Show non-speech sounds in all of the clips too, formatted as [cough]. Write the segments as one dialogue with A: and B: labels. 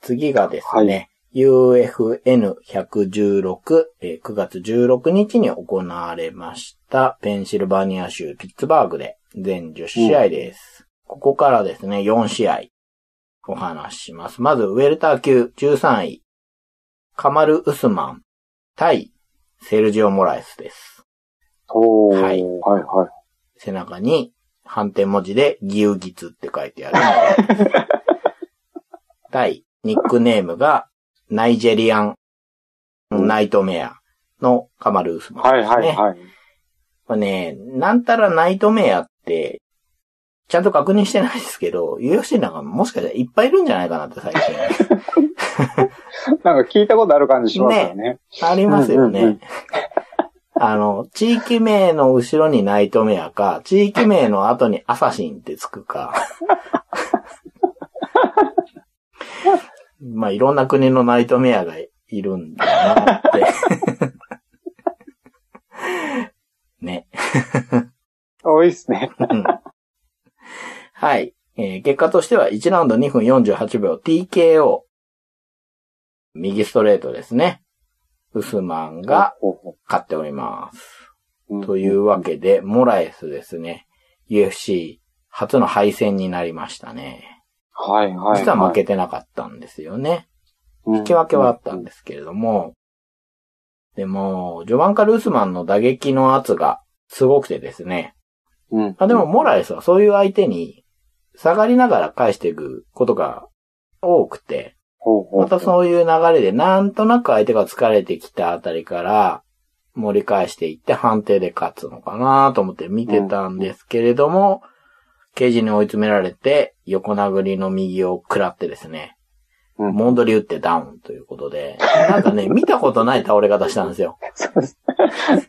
A: 次がですね、UFN116、えー9月16日に行われました、ペンシルバニア州ピッツバーグで全10試合です。ここからですね、4試合お話しします。まず、ウェルター級13位、カマル・ウスマン対セルジオ・モラエスです。
B: おー。
A: は
B: はいい、はい、はい。
A: 背中に反転文字でギウギツって書いてある。
B: [laughs]
A: 対、ニックネームがナイジェリアンナイトメアのカマル・ウスマン
B: は
A: で
B: い、
A: すね。
B: はい、はい。
A: これね、なんたらナイトメアって、ちゃんと確認してないですけど、UFC なんかもしかしたらいっぱいいるんじゃないかなって最近。
B: なんか聞いたことある感じしますよね。
A: ありますよ
B: うんうんう
A: ね。あの、地域名の後ろにナイトメアか、地域名の後にアサシンってつく [laughs] か。まあ、いろんな国のナイトメアがいるんだなって。ね。
B: 多いっすね。
A: うんはい。えー結果としては1ラウンド2分48秒 TKO。右ストレートですね。ウスマンが
B: ほうほ
A: 勝っております。
B: う、ん
A: というわけで、モラエスですね。UFC 初の敗戦になりましたね。
B: はい、はい。
A: 実は負けてなかったんですよね。
B: うん、
A: 引き分けはあったん
B: ん
A: ですけれども。でも、ジョバンカ・ルースマンの打撃の圧がすごくてですね。
B: うん。
A: あでも、モラエスはそういう相手に下がりながら返していくことが多くて、
B: ほうほう
A: またそういう流れでなんとなく相手が疲れてきたあたりから盛り返していって判定で勝つのかなと思って見てたんですけれども、ケージに追い詰められて横殴りの右を食らってですね、
B: うん
A: モンドリ打ってダウンということで、なんかね、見たことない倒れ方したんですよ。
B: そうです。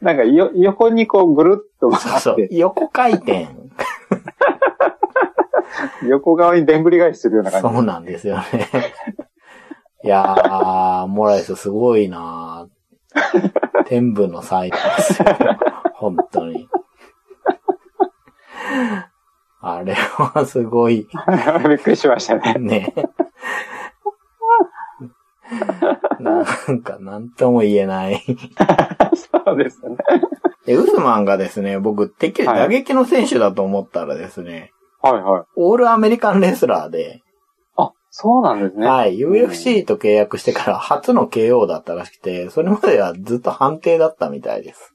B: なんかよ、横にこうぐるっと
A: そう
B: 回
A: そう
B: [laughs] っ。て、
A: 横回転。
B: 横側にでんぐり返しするような感じ。
A: そうなんですよね。 [laughs] いやー、モラエスすごいな
B: [laughs]
A: ー。天文の才能ですよ。本当に。あれはすごい
B: [laughs] びっくりしましたね。 [laughs]
A: ね。なんか、なんとも言えない。
B: そうですね。
A: で、ウスマンがですね、僕、てっきり打撃の選手だと思ったらですね、
B: はいはい。
A: オールアメリカンレスラーで、
B: あ、そうなんですね。
A: はい。UFC と契約してから初の KO だったらしくて、それまではずっと判定だったみたいです。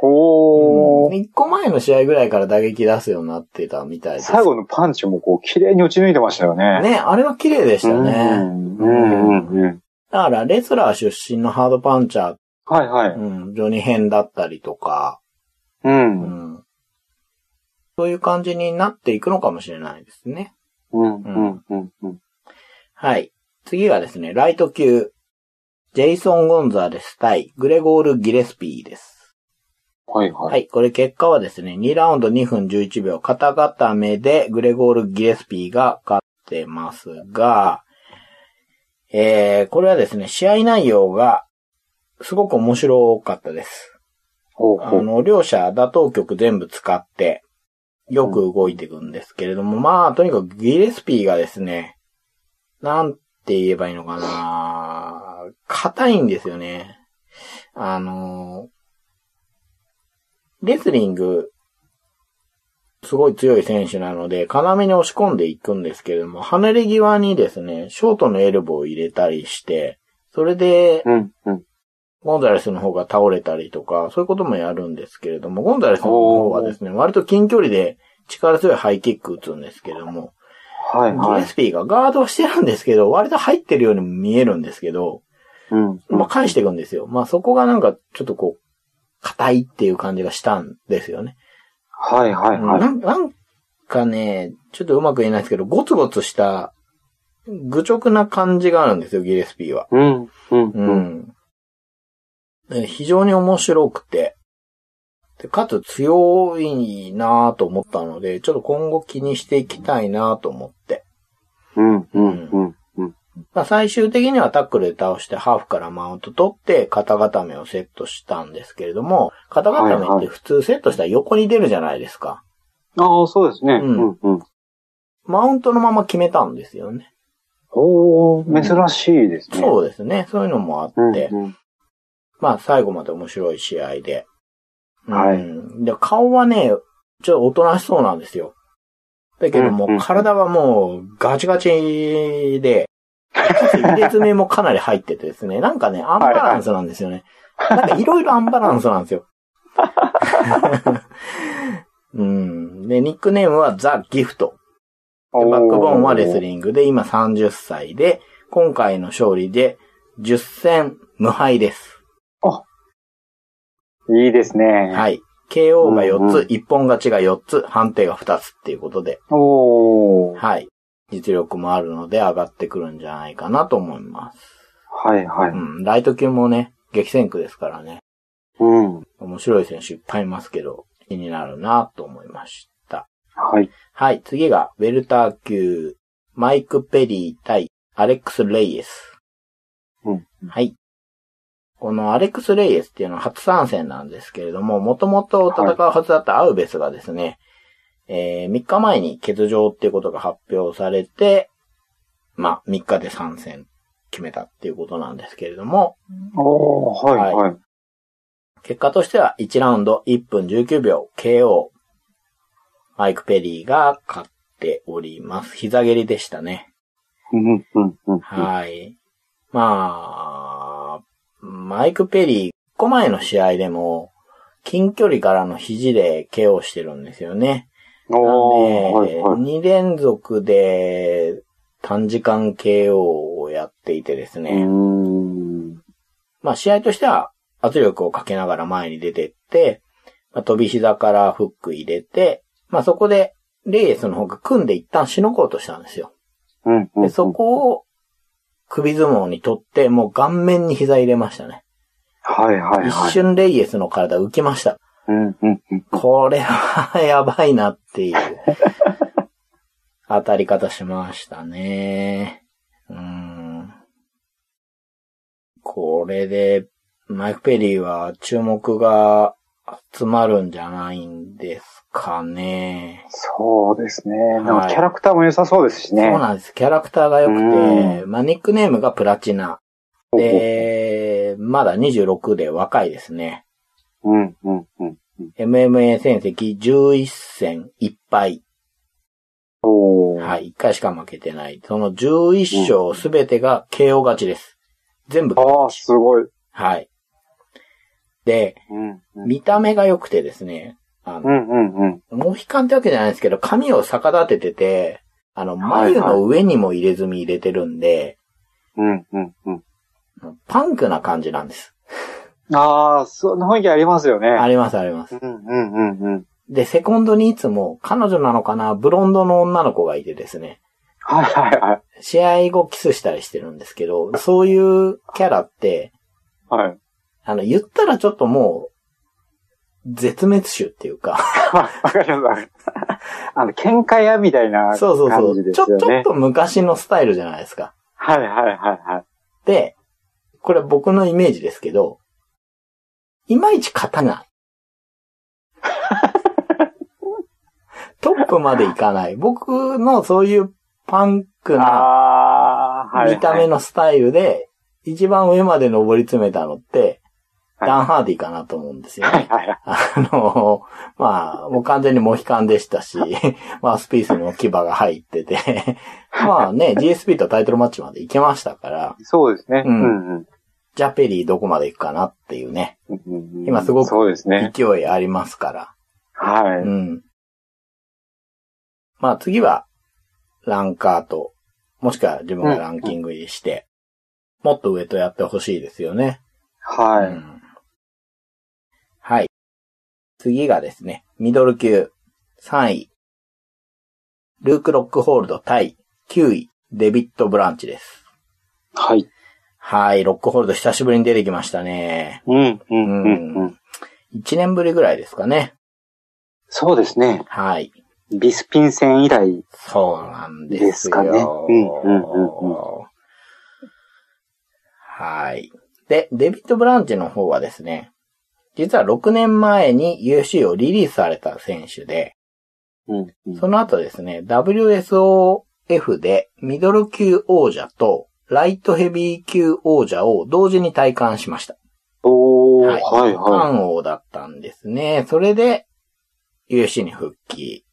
B: ほー。
A: 1個前の試合ぐらいから打撃出すようになってたみたいです。
B: 最後のパンチもこう、綺麗に打ち抜いてましたよね。
A: ね、あれは綺麗でした
B: う
A: ね。
B: んうんうんうん。
A: だから、レスラー出身のハードパンチャー、
B: はいは
A: う
B: い。
A: ん、ジョニー編だったりとか、
B: う。
A: うんん。そういう感じになっていくのかもしれないですね。
B: うんうんうんうん。
A: はい。次がですね、ライト級、ジェイソン・ゴンザーレス対グレゴール・ギレスピーです。
B: はいは。
A: はいい、これ結果はですね、2ラウンド2分11秒、肩固めでグレゴール・ギレスピーが勝ってますが、えー、これはですね、試合内容がすごく面白かったです。
B: ほう
A: あ
B: ほう。
A: の、両者打倒局全部使って、よく動いていくんですけれども、まあ、とにかくギレスピーがですね、なんて言えばいいのかな硬いんですよね。あの、レスリング、すごい強い選手なので、要に押し込んでいくんですけれども、離れ際にですね、ショートのエルボーを入れたりして、それで、
B: うんうん。
A: ゴンザレスの方が倒れたりとか、そういうこともやるんですけれども、ゴンザレスの方はですね、割と近距離で力強いハイキック打つんですけれども、
B: はいは
A: ギレ
B: い。
A: スピーがガードはしてるんですけど、割と入ってるようにも見えるんですけど、
B: うん。
A: まあ、返していくんですよ。まあ、そこがなんか、ちょっとこう、硬いっていう感じがしたんですよね。
B: はいはい
A: な
B: はい。
A: んなんかね、ちょっとうまく言えないですけど、ゴツゴツした、愚直な感じがあるんですよ、ギレスピーは。
B: うんうん
A: う
B: うん。
A: ん。で非常に面白くて、でかつ強いなぁと思ったので、ちょっと今後気にしていきたいなぁと思って。
B: うんうんうん。
A: まあ、最終的にはタックルで倒してハーフからマウント取って肩固めをセットしたんですけれども、肩固めって普通セットしたら横に出るじゃないですか。
B: ああ、そうですね。
A: う
B: うんんうん。
A: マウントのまま決めたんですよね。
B: おー、珍しいですね。
A: そうですね。そういうのもあって、
B: うんうん
A: まあ最後まで面白い試合で。うん
B: はい
A: で、顔はね、ちょっとおとなしそうなんですよ。だけども
B: うんう
A: うん体はもうガチガチで、かつ入れ爪もかなり入っててですね、なんかね、アンバランスなんですよね。なんかいろいろアンバランスなんです
B: [laughs]
A: よ。うん。で、ニックネームはザ・ギフト。でバックボーンはレスリングで、今30歳で、今回の勝利で10戦無敗です。
B: おーいいですね。
A: はい。KO が4つ、
B: うんうん
A: 一本勝ちが4つ、判定が2つっていうことで、
B: おー。
A: はい。実力もあるので上がってくるんじゃないかなと思います。
B: はいは
A: う
B: い。
A: ん。ライト級もね、激戦区ですからね。
B: うん。は
A: 面白い選手いっぱいいますけど、気になるなと思いました。
B: い。
A: はい。次が、ウェルター級、マイク・ペリー対アレックス・レイエス。
B: うん。
A: はい。このアレックス・レイエスっていうのは初参戦なんですけれども、もともと戦うはずだったアウベスがですね、えー、3日前に欠場っていうことが発表されて、まあ、3日で参戦決めたっていうことなんですけれども、
B: おー、はいはい。
A: 結果としては1ラウンド1分19秒 KO。マイク・ペリーが勝っております。膝蹴りでしたね。
B: うんうんうんうん
A: はい。まあ、マイク・ペリー、1個前の試合でも、近距離からの肘で KO してるんですよね。
B: おー、
A: な
B: は
A: んで
B: いはい。
A: 2連続で短時間 KO をやっていてですね。
B: うーん。
A: まあ試合としては圧力をかけながら前に出てって、まあ、飛び膝からフック入れて、まあそこでレイエスの方が組んで一旦しのごうとしたんですよ。
B: うんうんう
A: で、
B: ん
A: そこを首相撲にとってもう顔面に膝入れましたね。
B: はいはいは
A: 一
B: い。
A: 瞬レイエスの体浮きました。
B: うんうんうん
A: これは [laughs] やばいなっていう当たり方しましたね。うーん。これで、マイク・ペリーは注目が集まるんじゃないんですかね。
B: そうですね。なん
A: は
B: か
A: い
B: キャラクターも良さそうですしね。
A: そうなんです。キャラクターが良くて、
B: う
A: まあ、ニックネームがプラチナ。
B: ほうほう
A: で、まだ26で若いですね。
B: うんうんうん。
A: MMA 戦績11戦1敗。
B: おー。
A: はい、1回しか負けてない。その11勝すべてが KO 勝ちです。全部。
B: ああ、すごい。
A: はい。で、
B: うんうん
A: 見た目が良くてですね、あ
B: う
A: の、
B: んうんうん。
A: モヒカンってわけじゃないですけど、髪を逆立ててて、あの、
B: はいは
A: 眉
B: い
A: の上にも入れ墨入れてるんで、
B: うんうんうん。
A: パンクな感じなんです。
B: ああ、そんな雰囲気ありますよね。
A: ありますあります。
B: うんうんうんうん。
A: で、セコンドにいつも、彼女なのかな、ブロンドの女の子がいてですね、
B: はいはいはい。
A: 試合後キスしたりしてるんですけど、そういうキャラって、
B: はい。
A: あの、言ったらちょっともう、絶滅種っていうか、
B: わかりますわ
A: [laughs]
B: かります。あの、喧嘩屋みたいな感じです
A: そ
B: よ
A: うそうそう、
B: ね。
A: ちょ、ちょっと昔のスタイルじゃないですか。
B: はいはいはいはい。
A: で、これ僕のイメージですけど、いまいち勝た
B: [laughs]
A: ない。トップまでいかない。僕のそういうパンクな
B: ああ、はいはい。
A: 見た目のスタイルで、一番上まで上り詰めたのって、
B: はい
A: ダンハーディかなと思うんですよね。
B: はいはいはい。
A: あの、まあ、もう完全にモヒカンでしたし、 [laughs] まあ、スピースにも牙が入ってて、まあね、GSP とタイトルマッチまで行けましたから、
B: そうですね。
A: う
B: うんんうん。
A: じゃあペリーどこまで行くかなっていうね、
B: うんうんうん
A: 今すごく
B: そうですね。
A: 勢いありますから。う
B: はい。
A: ん。まあ次は、ランカーと、もしくは自分がランキング入りして、もっと上とやってほしいですよね。
B: は
A: う
B: い。
A: んはい。次がですね、ミドル級3位、ルーク・ロックホールド対9位、デビット・ブランチです。
B: はい。
A: はい、ロックホールド久しぶりに出てきましたね。
B: うんう
A: うん
B: うんうん
A: ん。。1年ぶりぐらいですかね。
B: そうですね。
A: はい。
B: ビスピン戦以来。
A: そうなんですよ。
B: ですかねうんうんうんう
A: はい。で、デビット・ブランチの方はですね、実は6年前に UFC をリリースされた選手で、
B: うんうん
A: その後ですね、WSO F でミドル級王者とライトヘビー級王者を同時に体感しました。
B: おー、
A: はい
B: はい、は
A: 漢王だったんですね。それで、UFC に復帰。
B: い。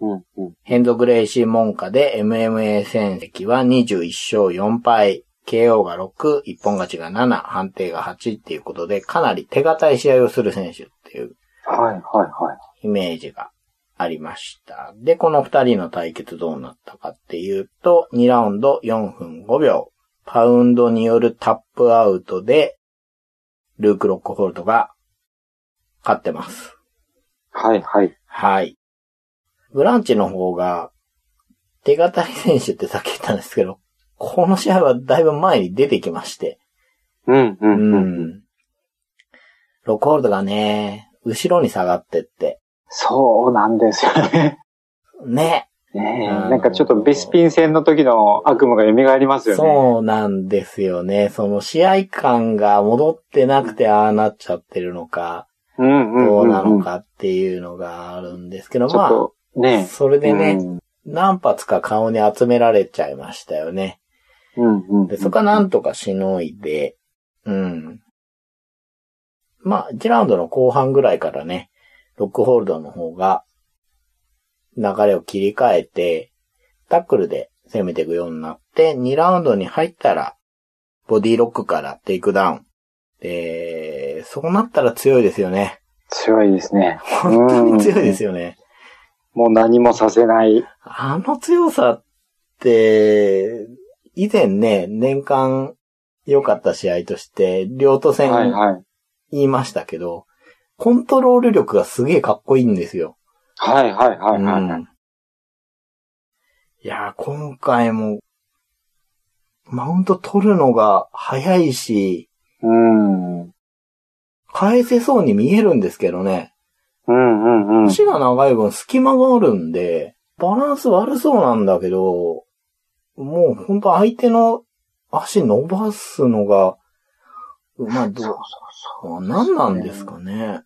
B: うん、うん。
A: ヘンド・グレイシー門下で MMA 戦績は21勝4敗、KO が6、一本勝ちが7、判定が8っていうことで、かなり手堅い試合をする選手っていう
B: はい、はい、はい。
A: イメージがありました。で、この二人の対決どうなったかっていうと、2ラウンド4分5秒、パウンドによるタップアウトで、ルーク・ロックホルトが勝ってます。
B: はい、はい。
A: はい。ブランチの方が、手堅い選手ってさっき言ったんですけど、この試合はだいぶ前に出てきまして。
B: うん、う、
A: うん
B: うん。
A: ん。ロックホールドがね、後ろに下がってって。
B: そうなんですよね。 [laughs]
A: ね。
B: ねえ、
A: あのー
B: なんかちょっとベスピン戦の時の悪夢が蘇りますよね。
A: そうなんですよね。その試合感が戻ってなくてああなっちゃってるのか、
B: う。うん、うん。
A: どうなの
B: ん。
A: かっていうのがあるんですけど、
B: ちょっ
A: ま
B: と、ね
A: あ、それでね、
B: うん
A: 何発か顔に集められちゃいましたよね。
B: うん、うん。
A: で、そこはなんとかしのいで、うん。まあ、1ラウンドの後半ぐらいからね、ロックホールドの方が、流れを切り替えて、タックルで攻めていくようになって、2ラウンドに入ったら、ボディロックからテイクダウン。で、そうなったら強いですよね。
B: 強いですね。
A: 本当に強いですよね。
B: もう何もさせない。
A: あの強さって、以前ね、年間良かった試合として、両都戦
B: はい、はい。
A: 言いましたけど、コントロール力がすげえかっこいいんですよ。
B: はい、はい、はい、はい。
A: うんいやー、今回も、マウント取るのが早いし、
B: うん。うん、
A: 返せそうに見えるんですけどね。
B: うん、うん。
A: 足が長い分隙間があるんで、バランス悪そうなんだけど、もうほんと相手の足伸ばすのが、まあ、
B: そうそう
A: ど、
B: そう
A: 何なんですかね。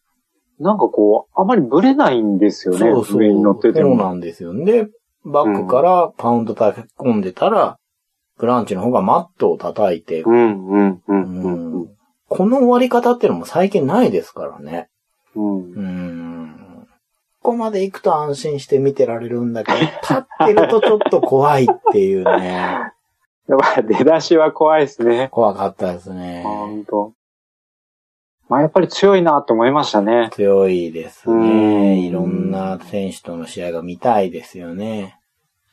B: う。なんかこう、あまりブレないんですよね。
A: そうそう。
B: 上に乗ってて
A: そう
B: も。
A: なんですよ。で、バックからパウンド叩き込んでたら、ブランチの方がマットを叩いて、
B: うん、うん、う、
A: うん
B: うん
A: んこの終わり方っていうのも最近ないですからね。
B: うん。うん。
A: うん。ここまで行くと安心して見てられるんだ
B: [laughs]
A: けど、立ってるとちょっと怖いっていうね。
B: やっぱ出だしは怖いですね。
A: 怖かったですね。
B: ほんと。まあやっぱり強いなと思いましたね。
A: 強いです
B: うん
A: ね。いろんな選手との試合が見たいですよね。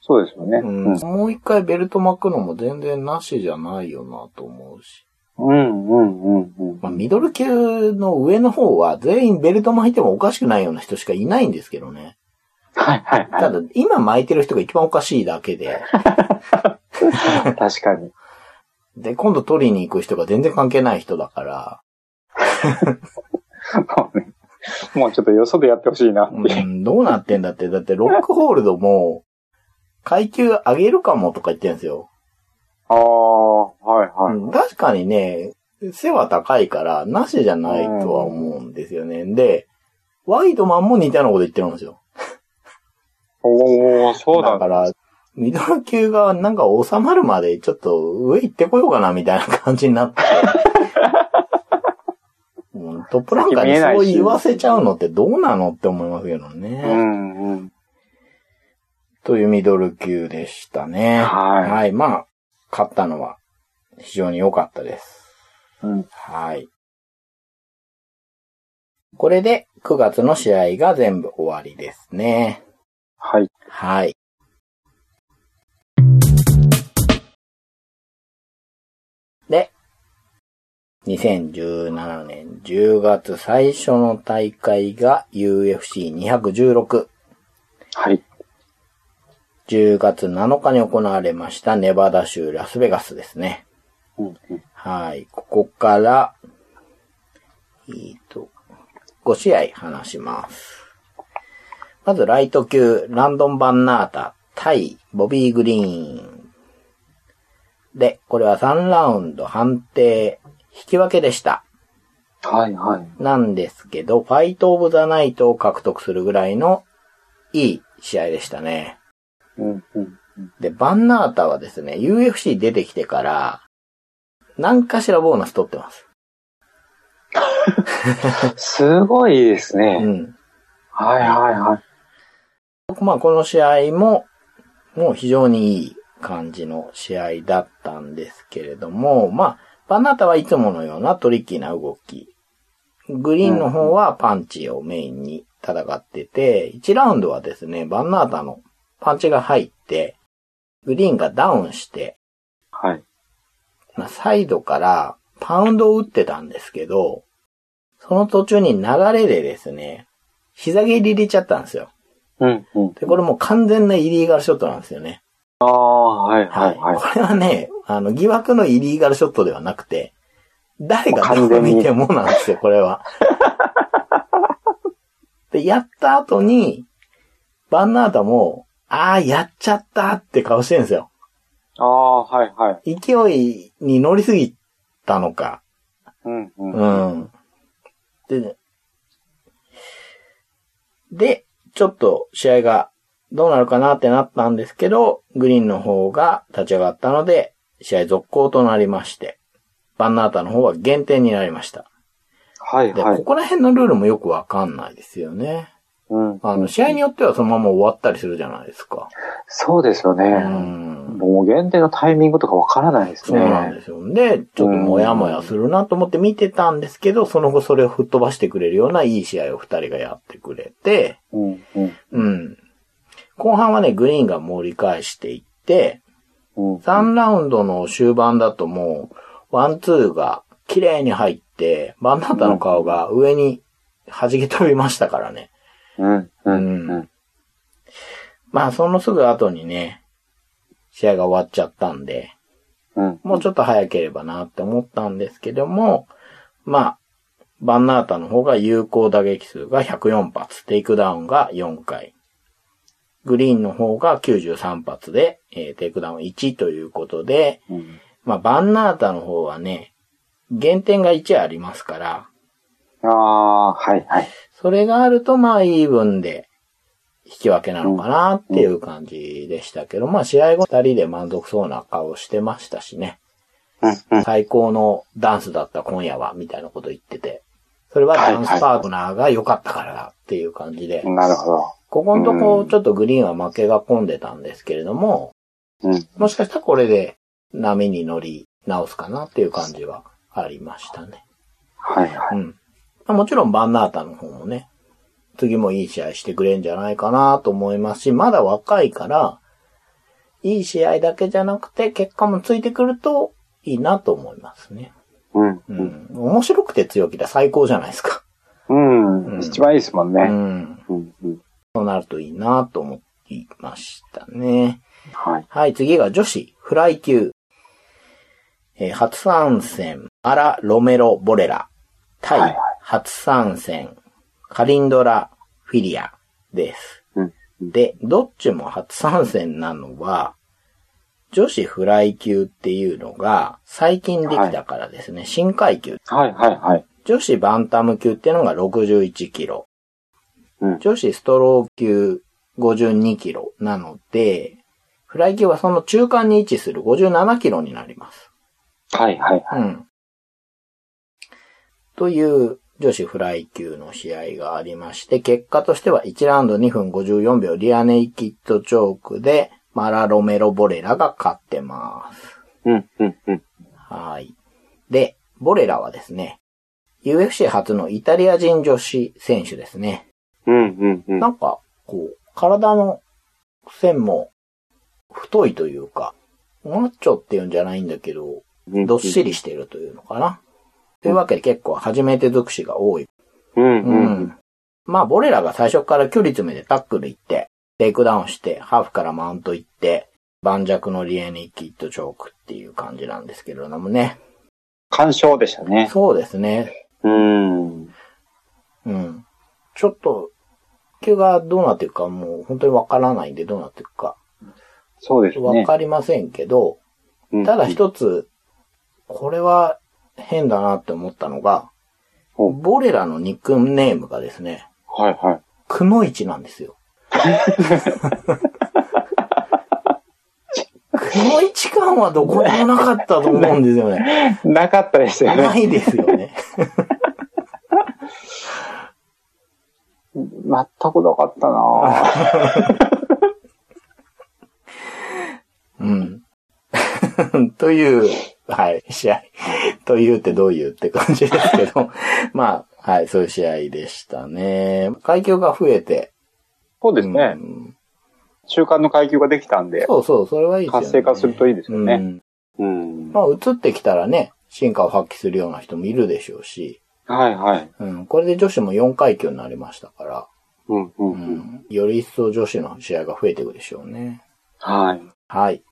B: そうですよね。
A: う
B: うん
A: ん。
B: うん、
A: もう一回ベルト巻くのも全然なしじゃないよなと思うし。
B: うん、うん。
A: まあ、ミドル級の上の方は全員ベルト巻いてもおかしくないような人しかいないんですけどね。
B: はい、はい、
A: た
B: は
A: だ、今巻いてる人が一番おかしいだけで。
B: い。確かに。 [laughs]
A: で、今度取りに行く人が全然関係ない人だから。
B: もうねもうちょっとよそでやってほしいなって
A: う
B: いう。
A: ん、どうなってんだって。だって、ロックホールドも、階級上げるかもとか言ってるんですよ。
B: ああ、はい、はい。
A: うん確かにね、背は高いから、なしじゃないとは思うんですよね。で、ワイドマンも似たようなこと言ってるんですよ。
B: おおそうな
A: だ
B: んだ。
A: から、ミドル級がなんか収まるまでちょっと上行ってこようかなみたいな感じになって。
B: [laughs]
A: うんトップランカーにそう言わせちゃうのってどうなのって思いますけどね。
B: うん、うん。
A: というミドル級でしたね。
B: はい
A: まあ、勝ったのは非常に良かったです。
B: うん
A: はい。これで9月の試合が全部終わりですね。
B: はい。
A: はい。で、2017年10月最初の大会が UFC216。
B: はい。
A: 10月7日に行われましたネバダ州ラスベガスですね。
B: うん、うん。
A: はい。ここから、えっと、5試合話します。まず、ライト級、ランドン・バンナータ、対、ボビー・グリーン。で、これは3ラウンド判定、引き分けでした。
B: はい、はい。
A: なんですけど、ファイト・オブ・ザ・ナイトを獲得するぐらいの、いい試合でしたね。
B: うん、うん。
A: で、バンナータはですね、UFC 出てきてから、何かしらボーナス取ってます。
B: すごいですね。
A: うん。。
B: はいはいはい
A: まあ、この試合も、もう非常にいい感じの試合だったんですけれども、まあ、バンナータはいつものようなトリッキーな動き。グリーンの方はパンチをメインに戦ってて、1ラウンドはですね、バンナータのパンチが入って、グリーンがダウンして、
B: はい。
A: まあ、サイドからパウンドを打ってたんですけど、その途中に流れでですね、膝蹴り入れちゃったんですよ。
B: うん、うん。
A: で、これもう完全なイリーガルショットなんですよね。
B: ああ、はい、はい、はい。
A: これはね、あの、疑惑のイリーガルショットではなくて、誰がどう見てもなんですよ、これは。 [laughs] で、やった後に、バンナータも、ああ、やっちゃったって顔してるんですよ。。
B: ああ、はいはい
A: 勢いに乗りすぎたのか。。
B: うん、うん
A: うん。で、で、ちょっと試合がどうなるかなってなったんですけど、グリーンの方が立ち上がったので、試合続行となりまして、バンナータの方は減点になりました。。
B: はいはい
A: ここら辺のルールもよくわかんないですよね。
B: うん。
A: あの、試合によってはそのまま終わったりするじゃないですか。
B: そうですよね。うん。もう限定のタイミングとかわからないです
A: ね。そうなんですよ。で、ちょっともやもやするなと思って見てたんですけど、その後それを吹っ飛ばしてくれるようないい試合を二人がやってくれて、
B: うん、うん。
A: うん。後半はね、グリーンが盛り返していって、
B: うん、
A: 3ラウンドの終盤だともう、ワンツーが綺麗に入って、バンナータの顔が上に弾け飛びましたからね。
B: うん、うん、うん。
A: まあ、そのすぐ後にね、試合が終わっちゃったんで、
B: うん、
A: もうちょっと早ければなって思ったんですけども、まあ、バンナータの方が有効打撃数が104発、テイクダウンが4回。グリーンの方が93発で、えー、テイクダウン1ということで、
B: うん
A: まあ、バンナータの方はね、減点が1ありますから。
B: ああ、はいはい。
A: それがあると、まあ、イーブンで、引き分けなのかなっていう感じでしたけど、うんうん、まあ、試合後二人で満足そうな顔してましたしね。
B: うんうん、
A: 最高のダンスだった今夜は、みたいなこと言ってて。それはダンスパートナーが良かったからだっていう感じで。はいはい、
B: なるほど。
A: ここのとこ、ちょっとグリーンは負けが込んでたんですけれども、
B: うん、
A: もしかしたらこれで波に乗り直すかなっていう感じはありましたね。
B: はいはい。
A: うん。もちろんバンナータの方もね、次もいい試合してくれんじゃないかなと思いますし、まだ若いから、いい試合だけじゃなくて結果もついてくるといいなと思いますね。
B: うん。
A: うん。面白くて強気だ最高じゃないですか。
B: うん。うん、一番いいですもんね。
A: うん。
B: うん、うん、
A: そうなるといいなと思いましたね。
B: はい。
A: はい、次が女子フライ級。えー、初参戦、アラ・ロメロ・ボレラ、対、はいはい、初参戦、カリンドラ・フィリアです、
B: うん。
A: で、どっちも初参戦なのは、女子フライ級っていうのが最近できたからですね、はい、新階級。
B: はいはいはい。
A: 女子バンタム級っていうのが61キロ。
B: うん、
A: 女子ストロー級52キロなので、フライ級はその中間に位置する57キロになります。
B: はいはいはい。
A: うん。という女子フライ級の試合がありまして、結果としては1ラウンド2分54秒リアネイキッドチョークでマラロメロボレラが勝ってます。
B: うんうんうん。
A: はい。で、ボレラはですね、UFC 初のイタリア人女子選手ですね。
B: うんうんうん。
A: なんか、こう、体の線も太いというか、マッチョっていうんじゃないんだけど、どっしりしているというのかな。というわけで結構初めて尽くしが多い。
B: うん、うん、うん。
A: まあ、ボレラが最初から距離詰めてタックル行って、テイクダウンして、ハーフからマウント行って、盤石のリエニキッドチョークっていう感じなんですけれどもね。
B: 干渉でしたね。
A: そうですね。
B: うん。
A: うん。ちょっと、球がどうなっていくかもう本当にわからないんでどうなっていくか。
B: そうですね。
A: わかりませんけど、ただ一つ、うんうんこれは変だなって思ったのが、ボレラのニックネームがですね、
B: はいはい。
A: くのいちなんですよ。の位置感はどこにもなかったと思うんですよね。
B: なかったですよ
A: な
B: ね。
A: いですよね。
B: 全くなかったなぁ
A: うん。 [laughs] という、はい、試合。というってどういうって感じですけど、 [laughs] まあ、はい、そういう試合でしたね。階級が増えて。
B: [laughs] そうですね。
A: うん
B: 中間の階級ができたんで、
A: そうそう、それはいいですよね。
B: 活性化するといいですよね。
A: うん
B: うん。
A: ま
B: は
A: あ、移ってきたらね、進化を発揮するような人もいるでしょうし、
B: いはい。
A: うん、これで女子も4階級になりましたから、
B: うんうん
A: う
B: うん。
A: ん、より一層女子の試合が増えていくでしょうね。
B: はい。
A: はい。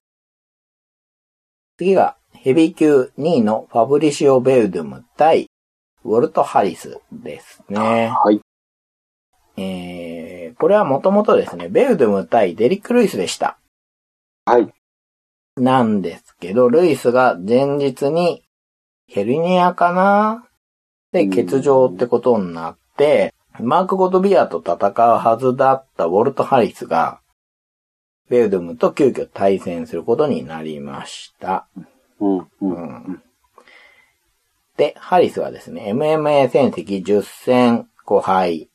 A: 次が、ヘビー級2位のファブリシオ・ベウドゥム対ウォルト・ハリスですね。
B: はい。
A: えー、これはもともとですね、ベウドゥム対デリック・ルイスでした。
B: はい。
A: なんですけど、ルイスが前日にヘルニアかなで、欠場ってことになって、マーク・ゴトビアと戦うはずだったウォルト・ハリスが、ベウドゥムと急遽対戦することになりました。
B: うんうん。
A: うん。で、ハリスはですね、MMA 戦績10戦5敗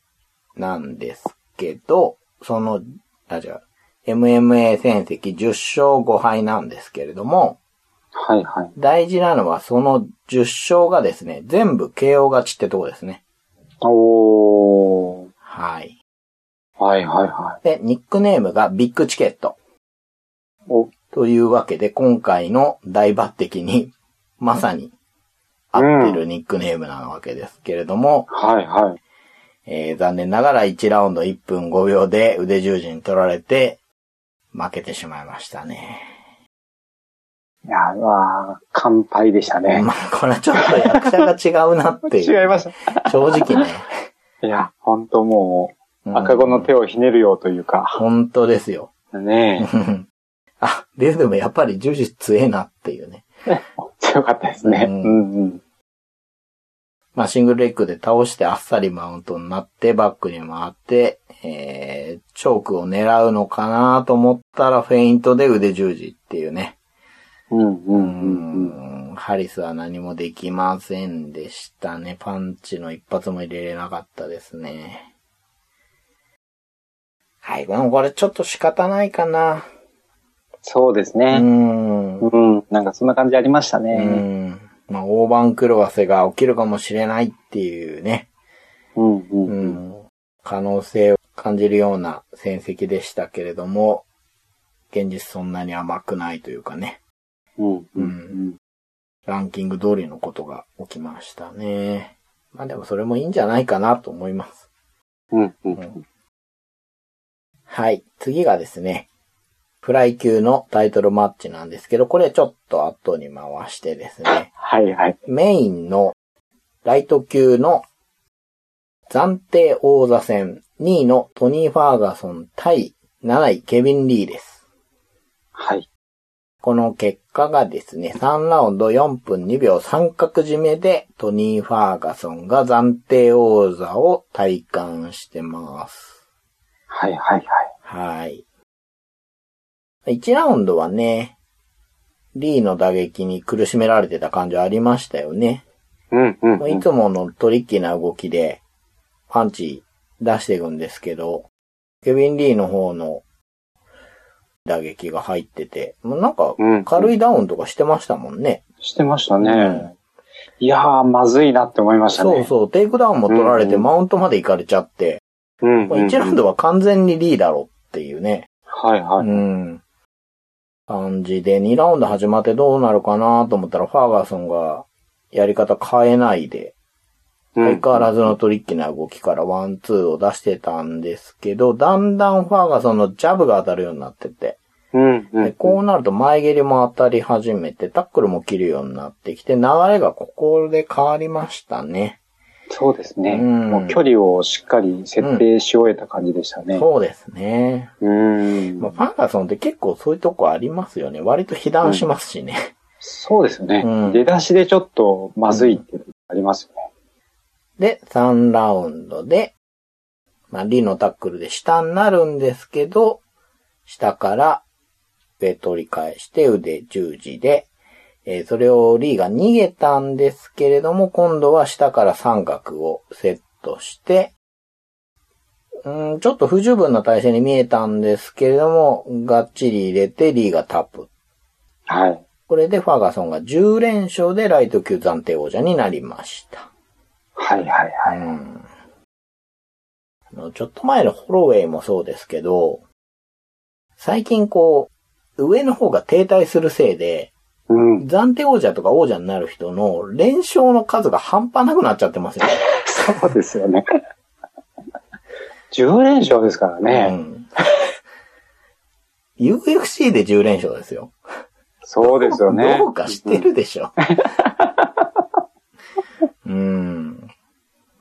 A: なんですけど、その、あ、違う、MMA 戦績10勝5敗なんですけれども、
B: はいはい。
A: 大事なのはその10勝がですね、全部 KO 勝ちってとこですね。
B: おー。
A: はい。
B: はいはいは
A: で、ニックネームがビッグチケット。
B: い。お、
A: というわけで、今回の大抜擢に、まさに合ってるニックネームなわけですけれども、
B: はいはい。
A: えー残念ながら1ラウンド1分5秒で腕十字に取られて、負けてしまいましたね。
B: いや、まあ、乾杯でしたね。
A: まあ、これはちょっと役者が違うなってい。
B: [laughs] 違いうまし
A: 正直ね。
B: た。いや、ほんとも
A: う
B: う、
A: ん
B: 赤子の手をひねるようというか。
A: 本当ですよ。
B: ね
A: うんあ、ビルドもやっぱり十字強えなっていうね。
B: え。強かったですね。
A: う
B: うんんうん。
A: まあ、シングルレッグで倒してあっさりマウントになって、バックに回って、えー、チョークを狙うのかなと思ったら、フェイントで腕十字っていうね。
B: うんう
A: うん
B: うんうん。
A: んハリスは何もできませんでしたね。パンチの一発も入れれなかったですね。はい、でもこれちょっと仕方ないかな。
B: そうです
A: う
B: ね。
A: ん。う
B: うん。なんかそんな感じありましたね。
A: ん。まあ、大番狂わせが起きるかもしれないっていうね。
B: うんうん
A: う
B: うん。
A: ん。可能性を感じるような戦績でしたけれども、現実そんなに甘くないというかね。
B: うんうんうん。
A: ランキング通りのことが起きましたね。まあでもそれもいいんじゃないかなと思います。
B: うんうん。
A: はい。次がですね、フライ級のタイトルマッチなんですけど、これちょっと後に回してですね、
B: はいはい。
A: メインのライト級の暫定王座戦2位のトニー・ファーガソン対7位ケビン・リーです。
B: はい。
A: この結果がですね、3ラウンド4分2秒三角締めでトニー・ファーガソンが暫定王座を体感してます。
B: はいはいはい。
A: はい。1ラウンドはね、リーの打撃に苦しめられてた感じはありましたよね。
B: うんうんう
A: い
B: ん。
A: つものトリッキーな動きでパンチ出していくんですけど、ケビン・リーの方の打撃が入ってて、もうなんか
B: うん
A: 軽いダウンとかしてましたもんね。
B: してました
A: うん
B: ね。いやー、まずいなって思いましたね。
A: そうそう、テイクダウンも取られ
B: うん
A: て、
B: うん
A: マウントまで行かれちゃって、
B: うんうんうん。
A: 1ラウンドは完全にリーだろっていうね、
B: はいは
A: う
B: い。
A: ん、感じで、2ラウンド始まってどうなるかなと思ったら、ファーガーソンがやり方変えないで、
B: うん
A: 相変わらずのトリッキーな動きからワンツーを出してたんですけど、だんだんファーガーソンのジャブが当たるようになってて、
B: うんう
A: で
B: ん。
A: こうなると前蹴りも当たり始めて、タックルも切るようになってきて、流れがここで変わりましたね。
B: そうですね。
A: うん
B: もう距離をしっかり設定し終えた感じでしたね。
A: そうですね。
B: うん。
A: まあ、ファーガソンって結構そういうとこありますよね。割と被弾しますしね。
B: そうですよね。
A: うん
B: 出だしでちょっとまずいっていうのがありますよね。
A: で、3ラウンドで、まあ、リのタックルで下になるんですけど、下からで、取り返して腕十字で、えーそれをリーが逃げたんですけれども、今度は下から三角をセットして、うん、ちょっと不十分な体勢に見えたんですけれども、がっちり入れてリーがタップ。
B: はい。
A: これでファーガソンが10連勝でライト級暫定王者になりました。
B: はいはいはい。
A: うん。あのちょっと前のホロウェイもそうですけど、最近こう、上の方が停滞するせいで、
B: うん。
A: 暫定王者とか王者になる人の連勝の数が半端なくなっちゃってますよね。
B: そうですよね。10連勝ですからね。
A: うん。UFC で10連勝ですよ。
B: そうですよね。
A: どうかしてるでし
B: [laughs]
A: ょ。うん。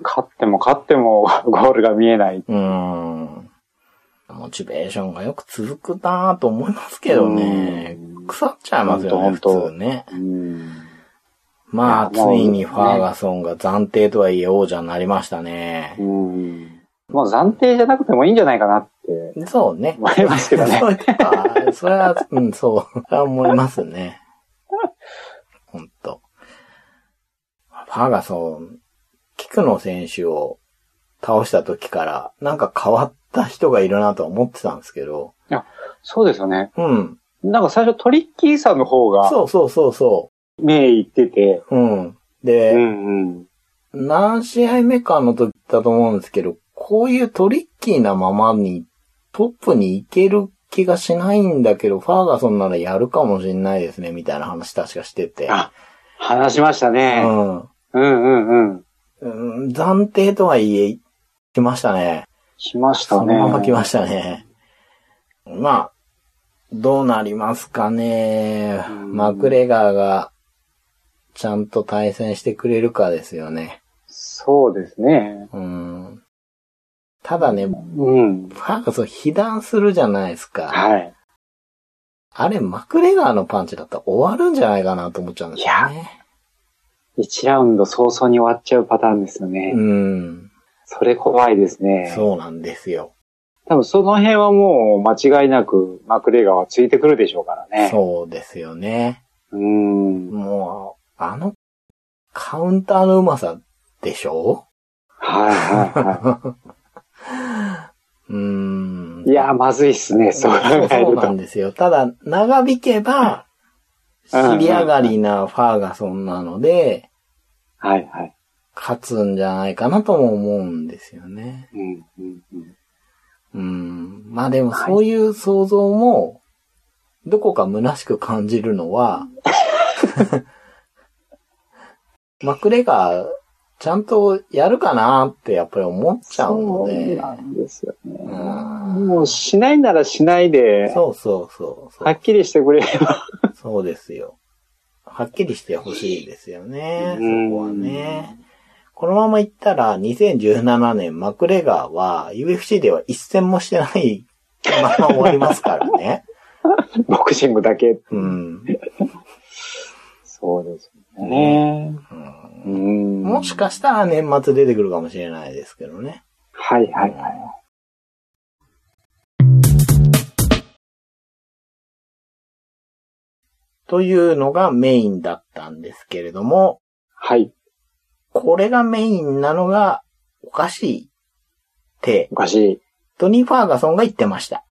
B: 勝っても勝ってもゴールが見えない。
A: うん。モチベーションがよく続くなぁと思いますけどね
B: う。ん
A: 腐っちゃいますよね、
B: ほんとほんと
A: 普通ね。
B: うん。
A: まあ、
B: い
A: つ
B: やもう
A: いにファーガソンが暫定とはいえ王者になりましたね
B: う。ん。もう暫定じゃなくてもいいんじゃないかなって
A: そうね。
B: 思いますけどね
A: そ。ういうことは、それは、うん、そう、それは思いますね。ほんと。ファーガソン、菊野選手を倒した時から、なんか変わった人がいるなとは思ってたんですけど、
B: そうですよね。
A: うん。
B: なんか最初トリッキーさんの方が
A: そうそうそうそ
B: 目いってて。
A: う。うん。
B: う
A: で、
B: んうん。
A: 何試合目かの時だと思うんですけど、こういうトリッキーなままにトップに行ける気がしないんだけど、ファーガソンならやるかもしんないですね、みたいな話確かしてて。
B: あ、話しましたね。
A: う
B: うんうんうん。
A: ん。うん暫定とはいえ、来ましたね。
B: しました
A: そ
B: ね。
A: のまま来ましたね。まあ、どうなりますかね。
B: うん
A: マクレガーが、ちゃんと対戦してくれるかですよね。
B: そうですね。
A: うん。ただね、
B: うん。
A: ファーガソン被弾するじゃないですか。
B: はい。
A: あれ、マクレガーのパンチだったら終わるんじゃないかなと思っちゃうんですよね。
B: 1ラウンド早々に終わっちゃうパターンですよね。
A: うん。
B: それ怖いですね。
A: そうなんですよ。
B: 多分その辺はもう間違いなくマクレガーはついてくるでしょうからね。
A: そうですよね。
B: う。うん。
A: もう、あの、カウンターのうまさでしょ
B: はいはいは
A: うーん。 [laughs]
B: い。いや、まずいっすね、そう考
A: そう
B: え
A: そう
B: る
A: なん
B: と。
A: ですよ。ただ、長引けば、
B: うん
A: 尻上がりなファーガソンなので、
B: はいはい。
A: 勝つんじゃないかなとも思うんですよね。
B: うんうんうん。
A: うん。まあでも、そういう想像も、どこか虚しく感じるの
B: [laughs]
A: は、マクレガー、ちゃんとやるかなってやっぱり思っちゃうので。
B: そうなんですよね。
A: うん
B: もうしないならしないで、
A: そうそうそうそう。
B: はっきりしてくれれば。
A: そうですよ。はっきりしてほしいですよね。
B: うん
A: そこはね。このままいったら、2017年マクレガーは UFC では一戦もしてないまま終わりますからね。
B: ボクシングだけ。
A: うん。
B: そうですよね。
A: うん
B: うん。
A: もしかしたら年末出てくるかもしれないですけどね。
B: はいはいはい。
A: というのがメインだったんですけれども、
B: はい。
A: これがメインなのがおかしいって、
B: おかしい。
A: トニー・ファーガソンが言ってました。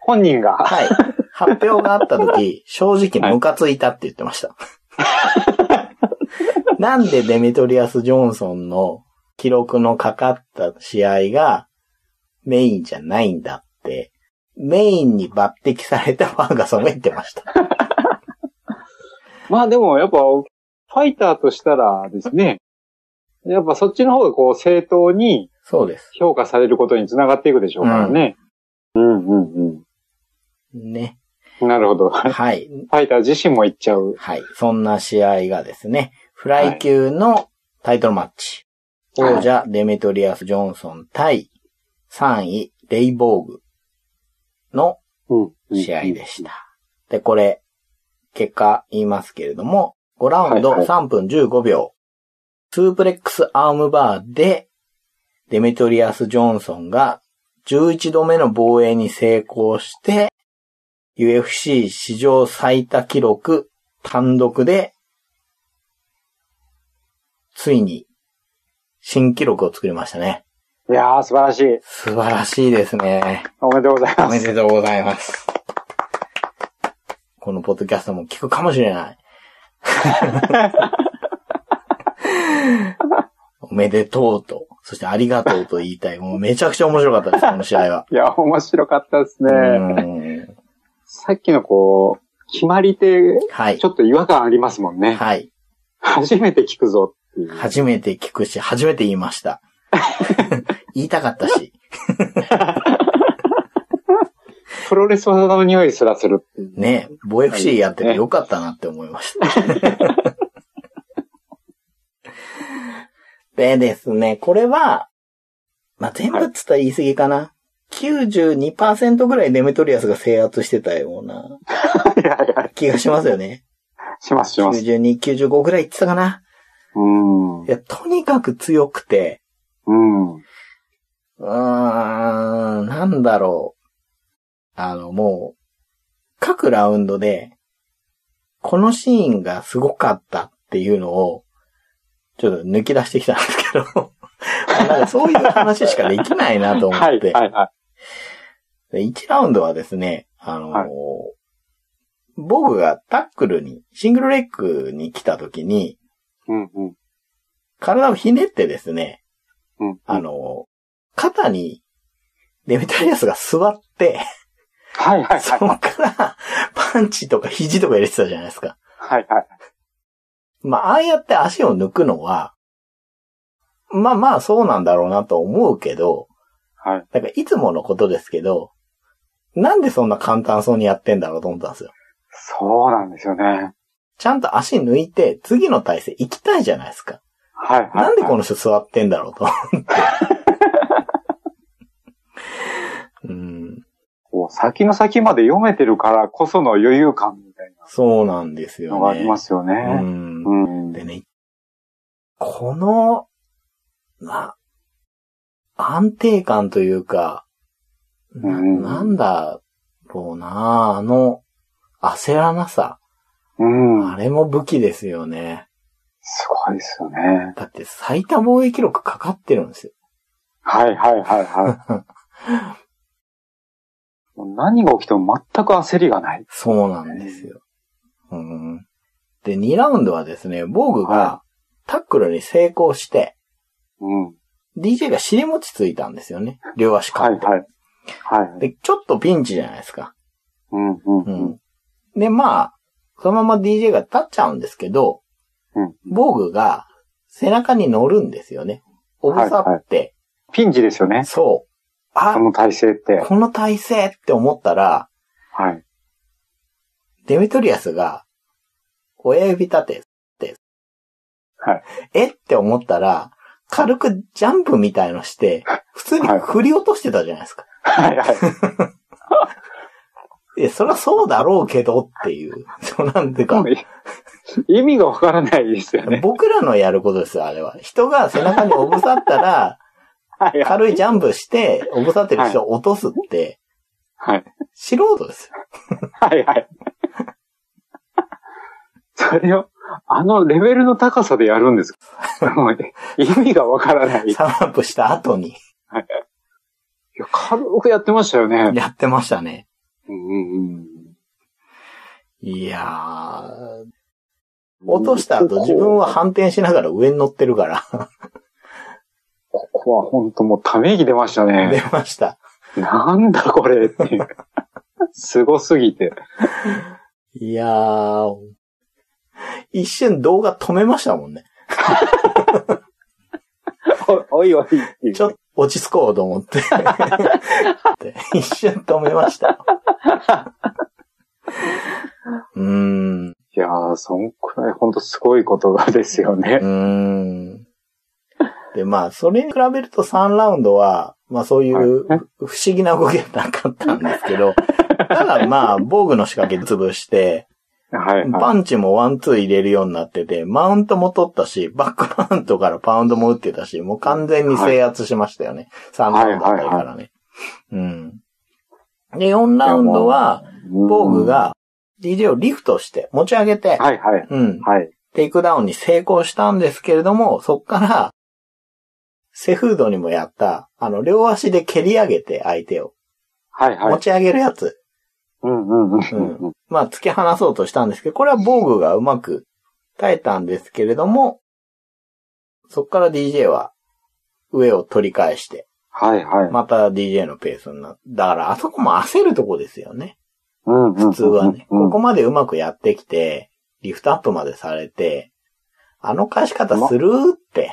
B: 本人が。
A: はい。発表があった時、正直ムカついたって言ってました。なんでデメトリアス・ジョンソンの記録のかかった試合がメインじゃないんだって、メインに抜擢されたファーガソンが言ってました。
B: まあでもやっぱ、ファイターとしたらですね、やっぱそっちの方がこう正当に
A: そうです。
B: 評価されることにつながっていくでしょうからね。うん、うん、うん
A: ね。
B: なるほど。フ
A: はい。
B: ァイター自身も行っちゃう。
A: はい。そんな試合がですね、フライ級のタイトルマッチ。
B: はい
A: 王者、デメトリアス・ジョンソン対3位、レイボーグの
B: うん
A: 試合でした。で、これ、結果言いますけれども、5ラウンド
B: はいはい
A: 3分15秒、ツープレックスアームバーで、デメトリアス・ジョンソンが11度目の防衛に成功して、 UFC 史上最多記録単独で、ついに新記録を作りましたね。
B: いやー、素晴らしい。
A: 素晴らしいですね。
B: おめでとうござい
A: お
B: ま
A: め
B: す。
A: でとうございます。このポッドキャストも聞くかもしれ
B: [laughs]
A: ない。おめでとうと、そしてありがとうと言いたい。もうめちゃくちゃ面白かったです、この試合は。
B: いや、面白かったです
A: う
B: ね。
A: ん
B: さっきのこう、決まり手、
A: はい
B: ち。ょっと違和感ありますもんね。
A: はい。
B: 初めて聞くぞっていう。
A: 初めて聞くし、初めて言いま
B: [laughs]
A: した。言いたかったし。
B: プロレス技の匂いすらするっていう。
A: ね、ボ FC やっててよかったなって思いました。 [laughs] でですね、これは、まあ、全部っつったら言い過ぎかな。92%ぐらいデメトリアスが制圧してたようない
B: やいや、
A: 気がしますよね。
B: しますします。
A: 92、95ぐらい言ってたかな。
B: うん。う
A: いや、とにかく強くて、う
B: ん。
A: ーん、なんだろう。あの、もう、各ラウンドで、このシーンがすごかったっていうのを、ちょっと抜き出してきたんですけど、なんかそういう話しかできないなと思
B: は
A: っ
B: い、
A: て、
B: はい、は
A: で1ラウンドはですね、あのー
B: は
A: 僕がタックルに、シングルレッグに来た時に、
B: い。うん、うん。
A: 体をひねってですね、
B: うん。
A: あのー肩にデメタリアスが座って、
B: はい、 [laughs] はい、
A: そ
B: は
A: こ
B: い。
A: から、パンチとか肘とか入れてたじゃないですか。
B: はい、はい。
A: まあ、ああやって足を抜くのは、まあまあそうなんだろうなと思うけど、
B: はい。
A: なんかいつものことですけど、なんでそんな簡単そうにやってんだろうと思ったんですよ。
B: そうなんですよね。はい、
A: ちゃんと足抜いて、次の体勢行きたいじゃないですか。
B: はいはい。
A: なんでこの人座ってんだろうと思
B: [laughs]
A: って。うん、
B: こう先の先まで読めてるからこその余裕感みたい
A: そうなんです
B: な
A: よね。
B: のがありますよ
A: う
B: ね。
A: ん
B: う。ん。
A: でね、この、まあ、安定感というか、な
B: うん
A: なんだろうな、あの、焦らなさ。
B: うん
A: あ。れも武器ですよね。
B: すごいですよね。
A: だって最多防衛記録かかってるんですよ。
B: はいはいはい
A: [laughs]
B: はい。もう何が起きても全く焦りがない。
A: そうなんですよ。うん、で、2ラウンドはですね、防具が
B: は
A: タックルに成功して、
B: うん。
A: DJ が尻餅ついたんですよね。両足か
B: はい
A: って。
B: はい。はい。
A: で、ちょっとピンチじゃないですか。
B: うんうん
A: う
B: うん。
A: ん。で、まあ、そのまま DJ が立っちゃうんですけど、
B: うん
A: 防具が背中に乗るんですよね。おぶさって、
B: ピンチですよね。
A: そう。あ
B: こ、の体勢って。
A: この体勢って思ったら、
B: はい。
A: デメトリアスが、親指立て、って、
B: はい。
A: えって思ったら、軽くジャンプみたいのして、普通に振り落としてたじゃないですか。
B: はいはい。
A: いや、そりゃそうだろうけどっていう。 [laughs] そうなんていうか
B: も、う意味がわからないですよ
A: [laughs]
B: ね。
A: 僕らのやることですよ、あれは。人が背中におぶさったら、
B: はいはい。
A: 軽いジャンプして、おぼさってる人を落とすって、
B: はい
A: 素人ですよ。
B: はいはい。 [laughs] それを、あのレベルの高さでやるんですか [laughs] もう意味がわからない。い
A: サムアップした後に
B: や軽くやってましたよね。
A: やってましたね。
B: うんうん
A: いやー、
B: うん
A: 落とした後自分は反転しながら上に乗ってるから、
B: ここは本当もうため息出ました
A: 出
B: ね。
A: ました。
B: なんだこれって
A: [laughs]
B: いう。すごすぎて。
A: いやー、一瞬動画止めましたもんね。
B: おおいおいっていう。
A: ちょっと落ち着こうと思って。 [laughs] で一瞬止めま
B: [laughs]
A: した。うーん。
B: いやー、そんくらい本当すごいことがですよね
A: [laughs] う。ーん。で、まあ、それに比べると3ラウンドは、まあそういう
B: はい
A: ふ不思議な動きはなかったんですけど、 [laughs] ただまあ、防具の仕掛け潰して、
B: はいは
A: パンチもワンツー入れるようになってて、マウントも取ったし、バックパウントからパウンドも打ってたし、もう完全に制圧しましたよね。3ラウンドあたりからね。うん。で、4ラウンドは、
B: い。
A: 防
B: 防
A: 具、が DJ をリフトして、持ち上げて、
B: はいはい。
A: うん、
B: はい。
A: テイクダウンに成功したんですけれども、そっから、セフードにもやった、あの、両足で蹴り上げて相手を、
B: はいは
A: 持
B: い。
A: ち上げるやつ、
B: うんうんうんうんうん。
A: まあ、突き放そうとしたんですけど、これは防具がうまく耐えたんですけれども、そっから DJ は上を取り返して、
B: はいはい。
A: また DJ のペースになっだから、あそこも焦るとこですよね。
B: うんうんうんうん
A: 普通はね。
B: うん
A: ここまでうまくやってきて、リフトアップまでされて、あの返し方するって。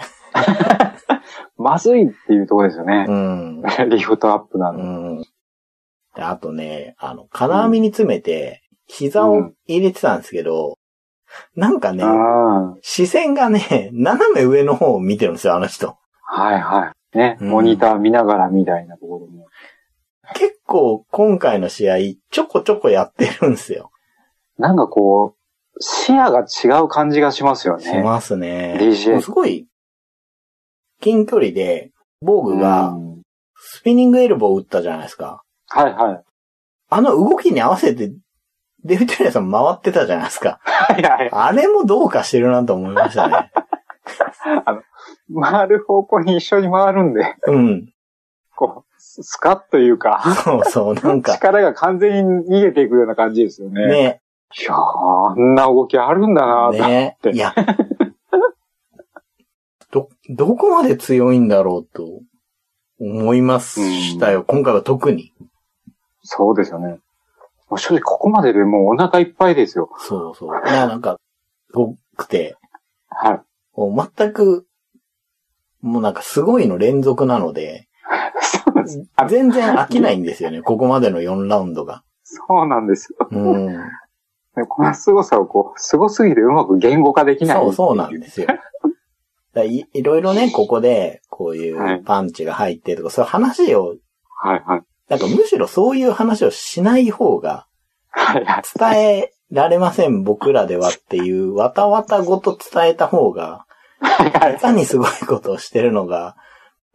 B: まずいっていうところですよね
A: う。ん。
B: [laughs] リフトアップな
A: う
B: の。
A: ん。で、あとね、あの、金網に詰めて、膝を入れてたんですけど、なんかね、
B: あ
A: 視線がね、 [laughs] 斜め上の方を見てるんですよ、あの人。
B: あ。はいはい。ね。
A: うん
B: モニター見ながらみたいなところも。
A: 結構今回の試合、ちょこちょこやってるんですよ。
B: なんかこう、視野が違う感じがしますよ
A: し
B: ね。
A: ますね。
B: DJ
A: もうすごい、近距離で、防具
B: う
A: が
B: ん
A: スピニングエルボーを打ったじゃないですか。
B: はいはい。
A: あの動きに合わせて、デビッド・リアさん回ってたじゃないですか。
B: はいはい。
A: あれもどうかしてるなと思いましたね。
B: 回る方向に一緒に回るんで、
A: うん。
B: こう、ススカッというか、
A: そうそう、なんか、
B: 力が完全に逃げていくような感じですよね。
A: ね。
B: いやーあんな動きあるんだなーと
A: ね
B: て
A: いや。 [laughs] ど、どこまで強いんだろうと思いましたよ。今回は特に。
B: そうですよね。もう正直ここまででもうお腹いっぱいですよ。
A: そうそう。いや、なんか、すごくて、
B: はい。 [laughs]
A: もう全く、もうなんかすごいの連続なので、
B: そうですあ
A: 全然飽きないんですよね。ここまでの4ラウンドが。
B: そうなんですよ。
A: うん。
B: でこの凄さをこう、凄すぎてうまく言語化できない。
A: そうそうなんですよ。だからいいろいろね、ここで、こうい
B: は
A: う
B: い
A: パンチが入ってとか、そういう話を
B: はいはい。
A: なんかむしろそういう話をしない方が
B: はいはい。
A: 伝えられません、僕らではっていう、わたわたごと伝えた方が、
B: はい
A: いかにすごいことをしてるのが、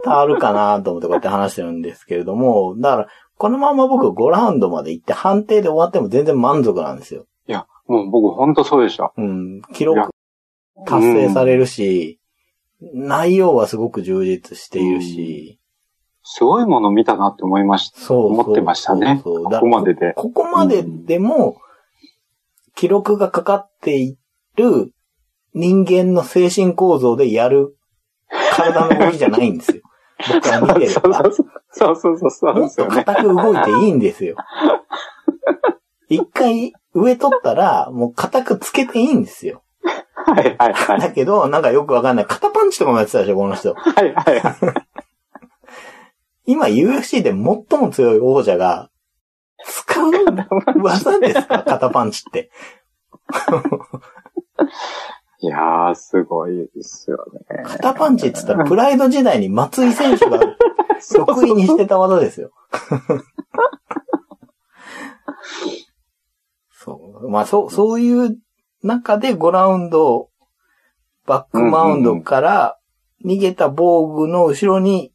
A: 伝わるかなと思ってこうやって話してるんですけれども、だから、このまま僕5ラウンドまで行って判定で終わっても全然満足なんですよ。
B: いや、もう僕ほんとそうでした。
A: うん、記
B: いや
A: 録達成されるし、内容はすごく充実しているし、
B: すごいもの見たなって思いました。
A: そうそう
B: 思ってましたね。
A: そうそう
B: こ
A: だ
B: こまでで。
A: ここまででも、記録がかかっている人間の精神構造でやる体の動きじゃないん
B: [laughs]
A: ですよ。僕は見てる
B: そ
A: か
B: う
A: ら。
B: そうそうそうそうそうなん
A: もっと
B: ですよ
A: [laughs]
B: ね。
A: 硬く動いていいんですよ。一回上取ったら、もう硬くつけていいんですよ。
B: はいはいはい。
A: だけど、なんかよくわかんない。肩パンチとかもやってたでしょ、この人。
B: はいはいはい。
A: 今 UFC で最も強い王者が、使う技ですか肩パンチって。
B: いやー、すごいですよね。
A: 肩パンチって言ったら、プライド時代に松井選手が得意にしてた技ですよ。 [laughs] そう。まあ、そう、そういう中で5ラウンド、バックマウンドから逃げた防具の後ろに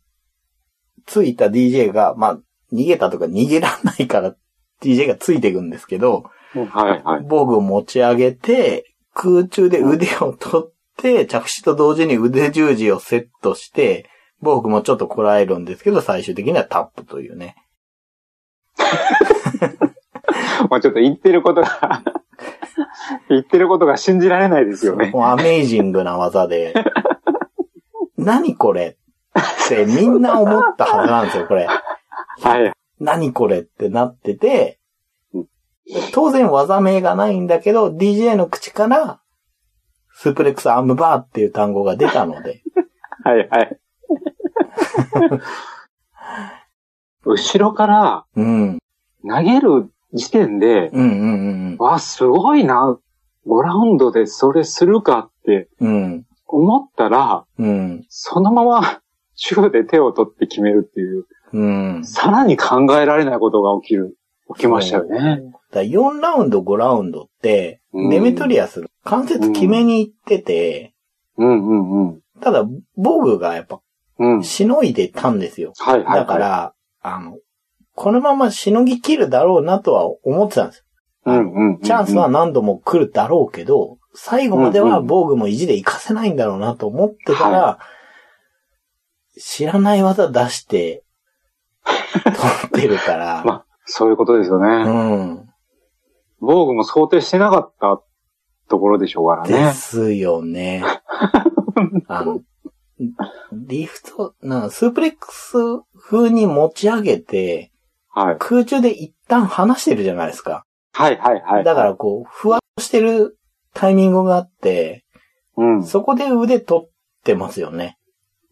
A: ついた DJ が、まあ、逃げたとか逃げらんないから DJ がついていくんですけど、
B: はいはい。
A: 防具を持ち上げて、空中で腕を取って、着地と同時に腕十字をセットして、防具もちょっとこらえるんですけど、最終的にはタップというね。
B: もうちょっと言ってることが、 [laughs] 言ってることが信じられないですよね。
A: もうアメージングな技
B: [laughs]
A: で、何これってみんな思ったはずなんですよ、これ。
B: はい。
A: 何これってなってて
B: う、
A: 当然技名がないんだけど、DJ の口から、スープレックスアームバーっていう単語が出たので、
B: はいはい。後ろから
A: うん。
B: 投げる時点で、
A: うんうんうん
B: わ、すごいな。5ラウンドでそれするかって
A: うん。うん。
B: 思ったら、
A: うん。
B: そのまま中で手を取って決めるっていう、
A: うん。だ
B: さらに考えられないことが起きる、起きましたよね。
A: 4ラウンド、5ラウンドって、
B: うん
A: デメトリアス、関節決めに行ってて、
B: うんうんうん。
A: ただ、防具がやっぱ、
B: うん。
A: しのいでたんですよ。
B: はいはい。
A: だか、ら、あの、このまましのぎ切るだろうなとは思ってたんです。
B: うんうんうん。
A: チャンスは何度も来るだろうけど、最後までは防具も意地で活かせないんだろうなと思ってたら、知らない技出
B: [laughs]
A: して、取ってるか
B: ま
A: ら、
B: あそういうことですよ
A: う
B: ね。
A: ん。
B: 防具も想定してなかったところでしょうから
A: で
B: ね。
A: すよ
B: [laughs]
A: ね。あの、リフト、なスープレックス風に持ち上げて、
B: はい。
A: 空中で一旦離してるじゃないですか。
B: はいはいはい。
A: だからこう、ふわっとしてるタイミングがあって、
B: うん。
A: そこで腕取ってますよね。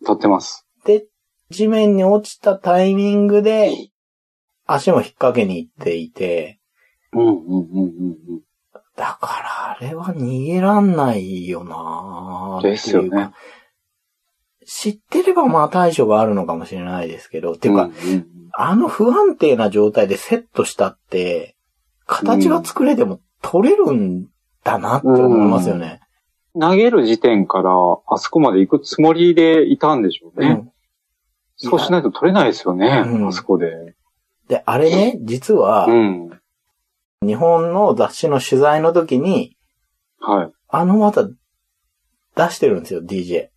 B: 撮ってます。
A: で、地面に落ちたタイミングで、足も引っ掛けに行っていて、
B: うんうんうんうん
A: だからあれは逃げらんないよなぁっていうか
B: ですよね
A: 知ってればまあ対処があるのかもしれないですけど、って
B: う
A: い
B: ん。
A: うか、
B: うんうん
A: あの不安定な状態でセットしたって、形が作れても取れるんだなって思いますよね。
B: 投げる時点から、あそこまで行くつもりでいたんでしょう
A: う
B: ね。
A: ん
B: そうしないと取れないですよね、
A: うん
B: あそこで。
A: で、あれね、実は
B: う、ん。
A: 日本の雑誌の取材の時に、
B: はい。
A: あの技出してるんですよ、DJ。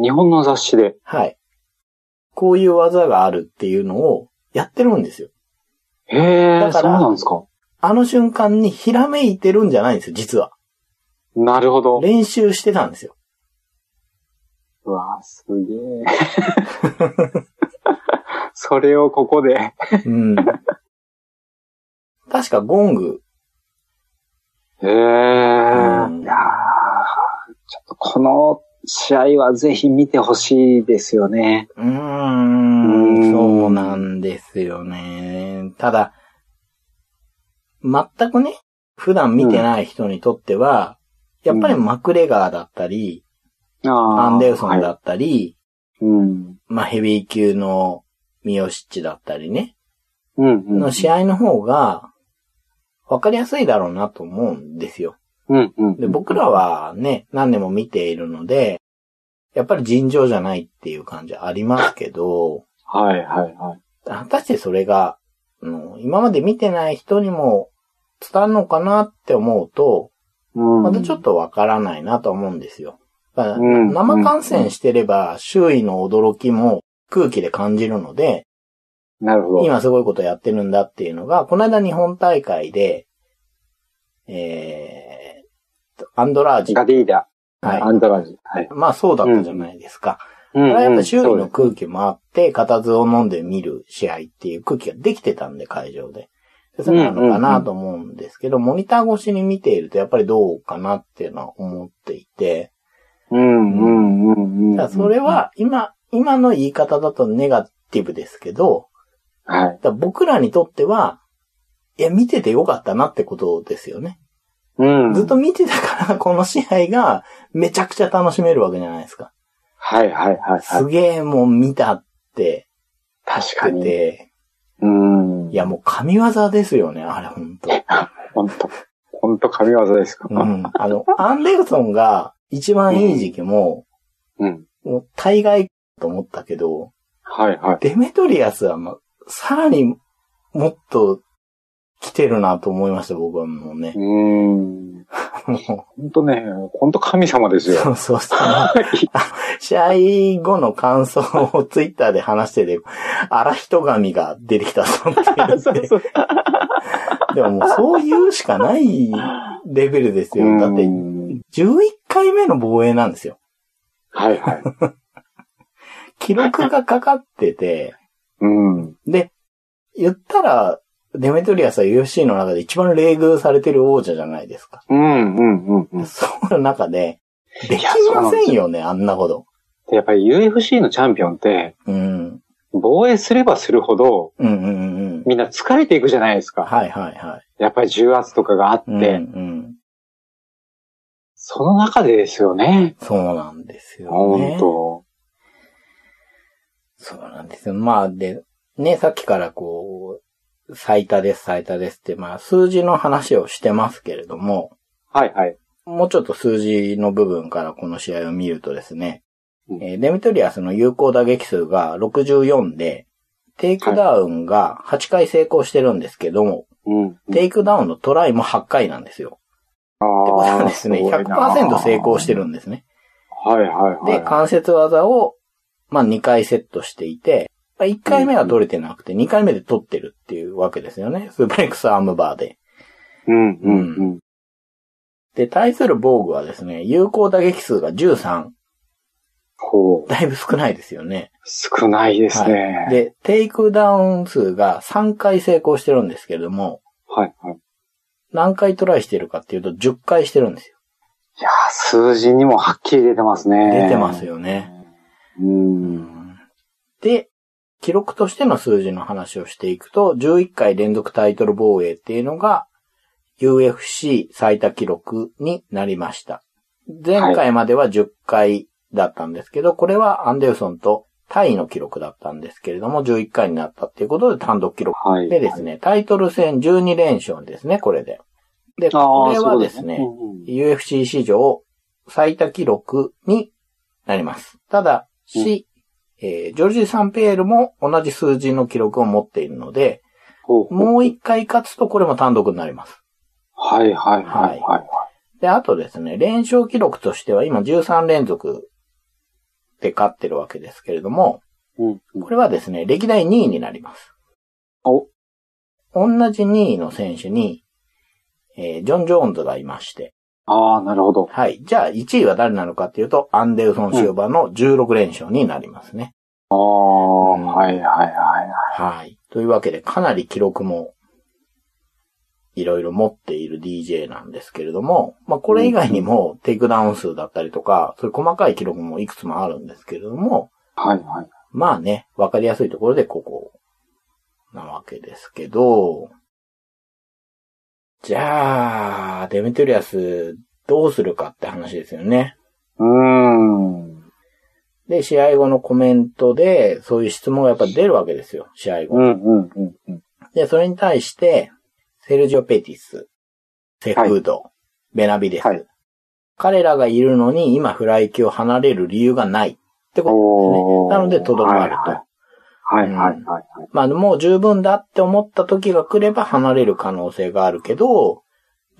B: 日本の雑誌で。
A: はい。こういう技があるっていうのをやってるんですよ。
B: へ
A: だ
B: え、
A: か
B: そう
A: ら
B: なんですか。
A: あの瞬間にひらめいてるんじゃないんですよ、実は。
B: なるほど。
A: 練習してたんですよ。
B: うわあすげえ。 [laughs] それをここで。
A: うん。確かゴング。
B: へえ。
A: ん
B: いやーちょっとこの試合はぜひ見てほしいですよね。
A: うー、
B: うんん
A: そうなんですよね。ただ、全くね、普段見てない人にとっては、
B: うん
A: やっぱりマクレガーだったり、
B: ああ。
A: アンデルソン
B: は
A: だったり、
B: い。うん。
A: まあヘビー級のミヨシッチだったりね、
B: うんうん。
A: の試合の方が、わかりやすいだろうなと思うんですよ。
B: うんうん。
A: で、僕らはね、何年も見ているので、やっぱり尋常じゃないっていう感じありますけど、
B: はいはいはい。
A: 果たしてそれが、うん今まで見てない人にも伝わるのかなって思うと、
B: うん。
A: またちょっとわからないなと思うんですよ。だから
B: うん
A: 生観戦してれば周囲の驚きも空気で感じるので、
B: なるほど。
A: 今すごいことやってるんだっていうのが、この間日本大会で、えー、アンドラージ。
B: ガディーダ。
A: はい
B: アンドラージ。はい。
A: まあそうだったじゃないですか。
B: うん
A: あれはやっぱ周囲
B: そうで
A: の空気もあって、固唾を飲んで見る試合っていう空気ができてたんで、会場で。でそうなのかなと思うんですけど、モニター越しに見ているとやっぱりどうかなっていうのは思っていて、
B: うんうんうんうん。
A: だからそれ、は今、今の言い方だとネガティブですけど、
B: はい。
A: だから僕らにとっては、いや、見ててよかったなってことですよね。
B: うん。
A: ずっと。見てたから、この試合がめちゃくちゃ楽しめるわけじゃないですか。
B: はいはいはいはい
A: す。げえもう見たって
B: 確か
A: 言って
B: に。
A: て、
B: うん。
A: いや、もう神業ですよね、あれ、ほんと。
B: ほんと、ほんと神業ですか
A: う。ん。あの、アンデルソンが一番いい時期も、
B: うん。
A: もう大概と思ったけど、
B: はいはい。
A: デメトリアスは、ま、さらにもっと来てるなと思いました、僕はもうね
B: う。ーん。
A: もう
B: ほんとね、ほんと神様です
A: [laughs]
B: よ。
A: そうそうそう。試合後の感想をツイッターで話してて、荒人神が出てきたぞって [laughs] 言っ
B: そ
A: て
B: う。そう。
A: でももうそういうしかないレベルですよ。だって
B: う、ん
A: 11回目の防衛なんですよ。
B: はいはい。
A: 記録がかかってて、
B: うん。
A: で、言ったら、デメトリアスは UFC の中で一番冷遇されてる王者じゃないですか。
B: うんうんうんうん。
A: その中で、できませんよね、あんなこと。
B: で、やっぱり UFC のチャンピオンって、
A: うん。
B: 防衛すればするほど、
A: うんうんうんうん。
B: みんな疲れていくじゃないですか。
A: はいはいはい。
B: やっぱり重圧とかがあって、
A: うんうん。
B: その中でですよね。
A: そうなんですよ
B: 本
A: ね。
B: 当。
A: そうなんですよ。まあ、で、ね、さっきからこう、最多です、最多ですって、まあ、数字の話をしてますけれども、
B: はいはい。
A: もうちょっと数字の部分からこの試合を見るとですね、
B: うん
A: えーデミトリアスの有効打撃数が64で、テイクダウンが8回成功してるんですけども、
B: うん。
A: テイクダウンのトライも8回なんですよ。
B: あ
A: ってことは
B: ー
A: ですね、100%成功して。るんですね。
B: すごいなはいはいはい。
A: で、関節技を、まあ、2回セットしていて、まあ1回目は取れてなくて、2回目で取ってるっていうわけですよね。スープレックスアームバーで。
B: うんうんうん。
A: で、対する防具はですね、有効打撃数が13。
B: ほう。
A: だいぶ少ないですよね。
B: 少ないですね。
A: で、テイクダウン数が3回成功してるんですけれども、
B: はいはい。
A: 何回トライしてるかっていうと10回してるんですよ。
B: いやー、数字にもはっきり出てますね。
A: 出てます
B: よ。
A: よね。
B: う。
A: うんんで、記録としての数字の話をしていくと、11回連続タイトル防衛っていうのが UFC 最多記録になりました。前回までは10回だったんですけど、これはアンデルソンとタイの記録だったんですけれども、11回になったっていうことで単独記録
B: はい。
A: でですね、タイトル戦12連勝ですね、これで。で、
B: あー。
A: これは
B: そう
A: ですね、UFC 史上最多記録になります。ただし、えージョルジー・サンペールも同じ数字の記録を持っているので、
B: ほう
A: もう一回勝つとこれも単独になります。
B: はいはいはいはい。
A: で、あとですね、連勝記録としては今13連続で勝ってるわけですけれども、
B: うんうん
A: これはですね、歴代2位になります。
B: お、
A: 同じ2位の選手に、えージョン・ジョーンズがいまして。
B: ああ、なるほど。
A: はい。じゃあ、1位は誰なのかっていうと、アンデルソン・シューバーの16連勝になりますね。
B: ああ、
A: うん
B: はいはいはいは
A: はい。というわけで、かなり記録も、いろいろ持っている DJ なんですけれども、まあ、これ以外にも、テイクダウン数だったりとか、そういう細かい記録もいくつもあるんですけれども、
B: い。はいはい。
A: まあね、わかりやすいところでここ、なわけですけど、じゃあ、デメトリアス、どうするかって話ですよね。
B: うーん。
A: で、試合後のコメントで、そういう質問がやっぱ出るわけですよ、試合
B: う
A: 後。
B: んうんうんうん。
A: で、それに対して、セルジオ・ペティス、セフード、ベナビデス、
B: はい
A: 彼らがいるのに今フライ級を離れる理由がないってこと
B: おー
A: ですね。なので、とどまると。
B: はいはいはいはいはい。
A: まあ、もう十分だって思った時が来れば離れる可能性があるけど、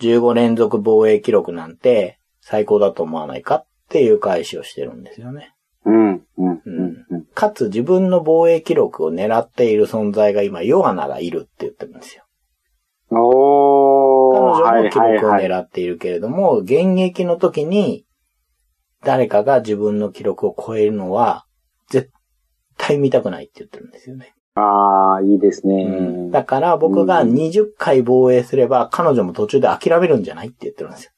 A: 15連続防衛記録なんて最高だと思わないかっていう返しをしてるんですよね。
B: うんうんうんうん。
A: かつ自分の防衛記録を狙っている存在が今、ヨアナがいるって言ってるんですよ。彼
B: おー、は
A: 女
B: い
A: の記
B: はい
A: 録を
B: はい。
A: 狙っているけれども、現役の時に誰かが自分の記録を超えるのは絶対見たくないって言ってるんですよね。
B: ああ、いいですね。
A: だから僕が
B: うん
A: 20回防衛すれば彼女も途中で諦めるんじゃないって言ってるんで
B: [laughs]
A: すよ。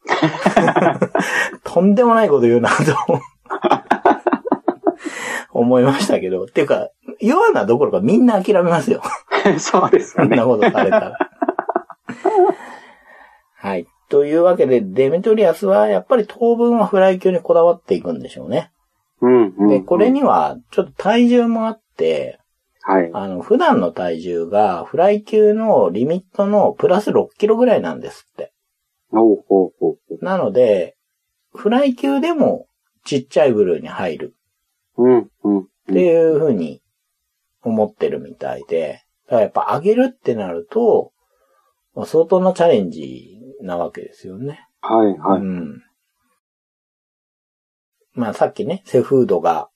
A: とんでもないこと言うなと思いましたけど。っていうか、ヨアナどころかみんな諦めますよ。
B: [laughs] そうです
A: そ
B: よ
A: ん
B: ね
A: [laughs] な。ことされたら。はい。というわけで、デメトリアスはやっぱり当分はフライ級にこだわっていくんでしょうね。
B: うんうんうん。
A: で、これにはちょっと体重もあって、
B: はい。
A: あの、普段の体重が、フライ級のリミットのプラス6キロぐらいなんですって。
B: おうほうほうほ
A: なので、フライ級でもちっちゃい部類に入る
B: う。うんうん。
A: っていうふうに思ってるみたいで、だからやっぱ上げるってなると、まあ相当なチャレンジなわけですよね。。
B: はいはいう
A: ん。まあさっきね、セフードが、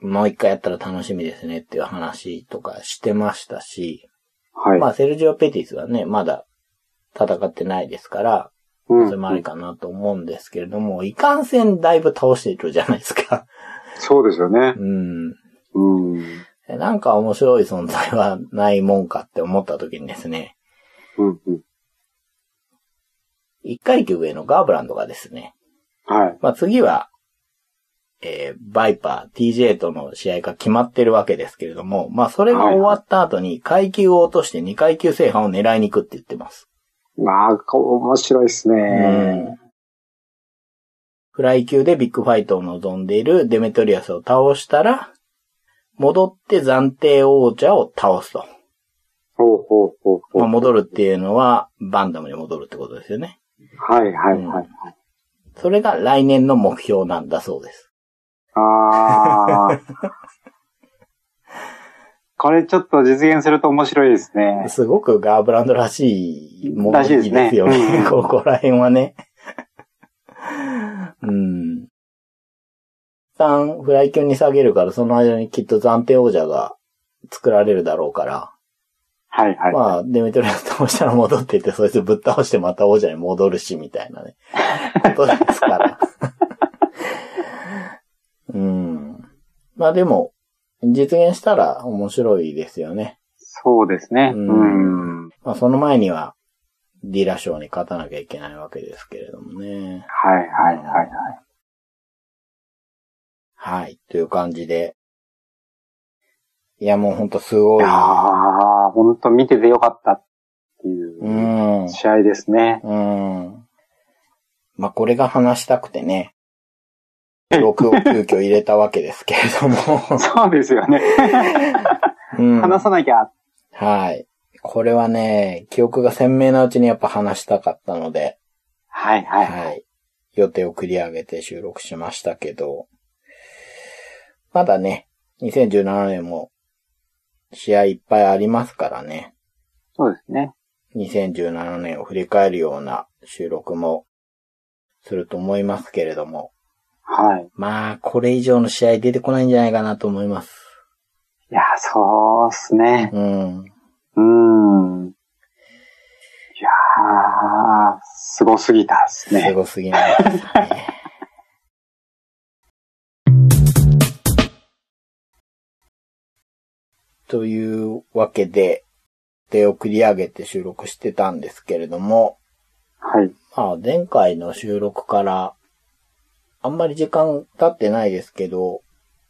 A: もう一回やったら楽しみですねっていう話とかしてましたし、
B: はい。
A: まあ、セルジオ・ペティスはね、まだ戦ってないですから、
B: うん
A: それもありかなと思うんですけれども、いかんせんだいぶ倒してるじゃないです
B: [laughs]
A: か。
B: そうですよね。
A: うん。
B: うん。うん
A: なんか面白い存在はないもんかって思った時にですね、
B: うん。
A: 一階級上のガーブランドがですね、
B: はい。
A: まあ次は、えーバイパー、TJ との試合が決まってるわけですけれども、まあそれが終わった後に階級を落として2階級制覇を狙いに行くって言ってます。
B: まあ、こ面白いですね。
A: フライ級でビッグファイトを望んでいるデメトリアスを倒したら、戻って暫定王者を倒すと。
B: ほうほうほうほう。
A: まあ、戻るっていうのは、バンダムに戻るってことですよね。
B: はいはいはい。
A: それが来年の目標なん [laughs] だそうです。
B: あこれちょっと実現すると面白いですね。
A: すごくガーブランドらしいもの
B: らしいですね
A: ですよね。
B: うん
A: [laughs] ここら辺はね。うん。3、フライ級に下げるから、その間にきっと暫定王者が作られるだろうから。
B: はいはい。
A: まあ、デメトリアス倒したら戻っていって、そいつぶっ倒してまた王者に戻るし、みたいなね。ことですから。 [laughs] うん。まあでも、実現したら面白いですよね。
B: そうですね。
A: う
B: うんん。
A: まあ、その前には、ディラ賞に勝たなきゃいけないわけですけれどもね。
B: はいはいはいはい。
A: はい。という感じで。いや、もうほんとすご
B: い
A: い。
B: やー、ほんと見ててよかったっ
A: う。
B: ていうん試合ですね。
A: うん。まあ、これが話したくてね。録を急遽入れたわけですけれど
B: [laughs]
A: も。
B: そうですよね。
A: うん、
B: 話さなきゃ。
A: はい。これはね、記憶が鮮明なうちにやっぱ話したかったので。
B: はいはいはい。
A: はい。予定を繰り上げて収録しましたけど、まだね、2017年も試合いっぱいありますからね、
B: そうですね。
A: 2017年を振り返るような収録もすると思いますけれども、
B: はい。
A: まあ、これ以上の試合出てこないんじゃないかなと思います。
B: いやー、そうっすね。
A: うん。
B: うん。いやー、すごすぎたっす
A: す
B: ね。
A: ごすぎないですね。 [laughs] というわけで、手を繰り上げて収録してたんですけれども、
B: はい。
A: まあ前回の収録から、あんまり時間経ってないですけど、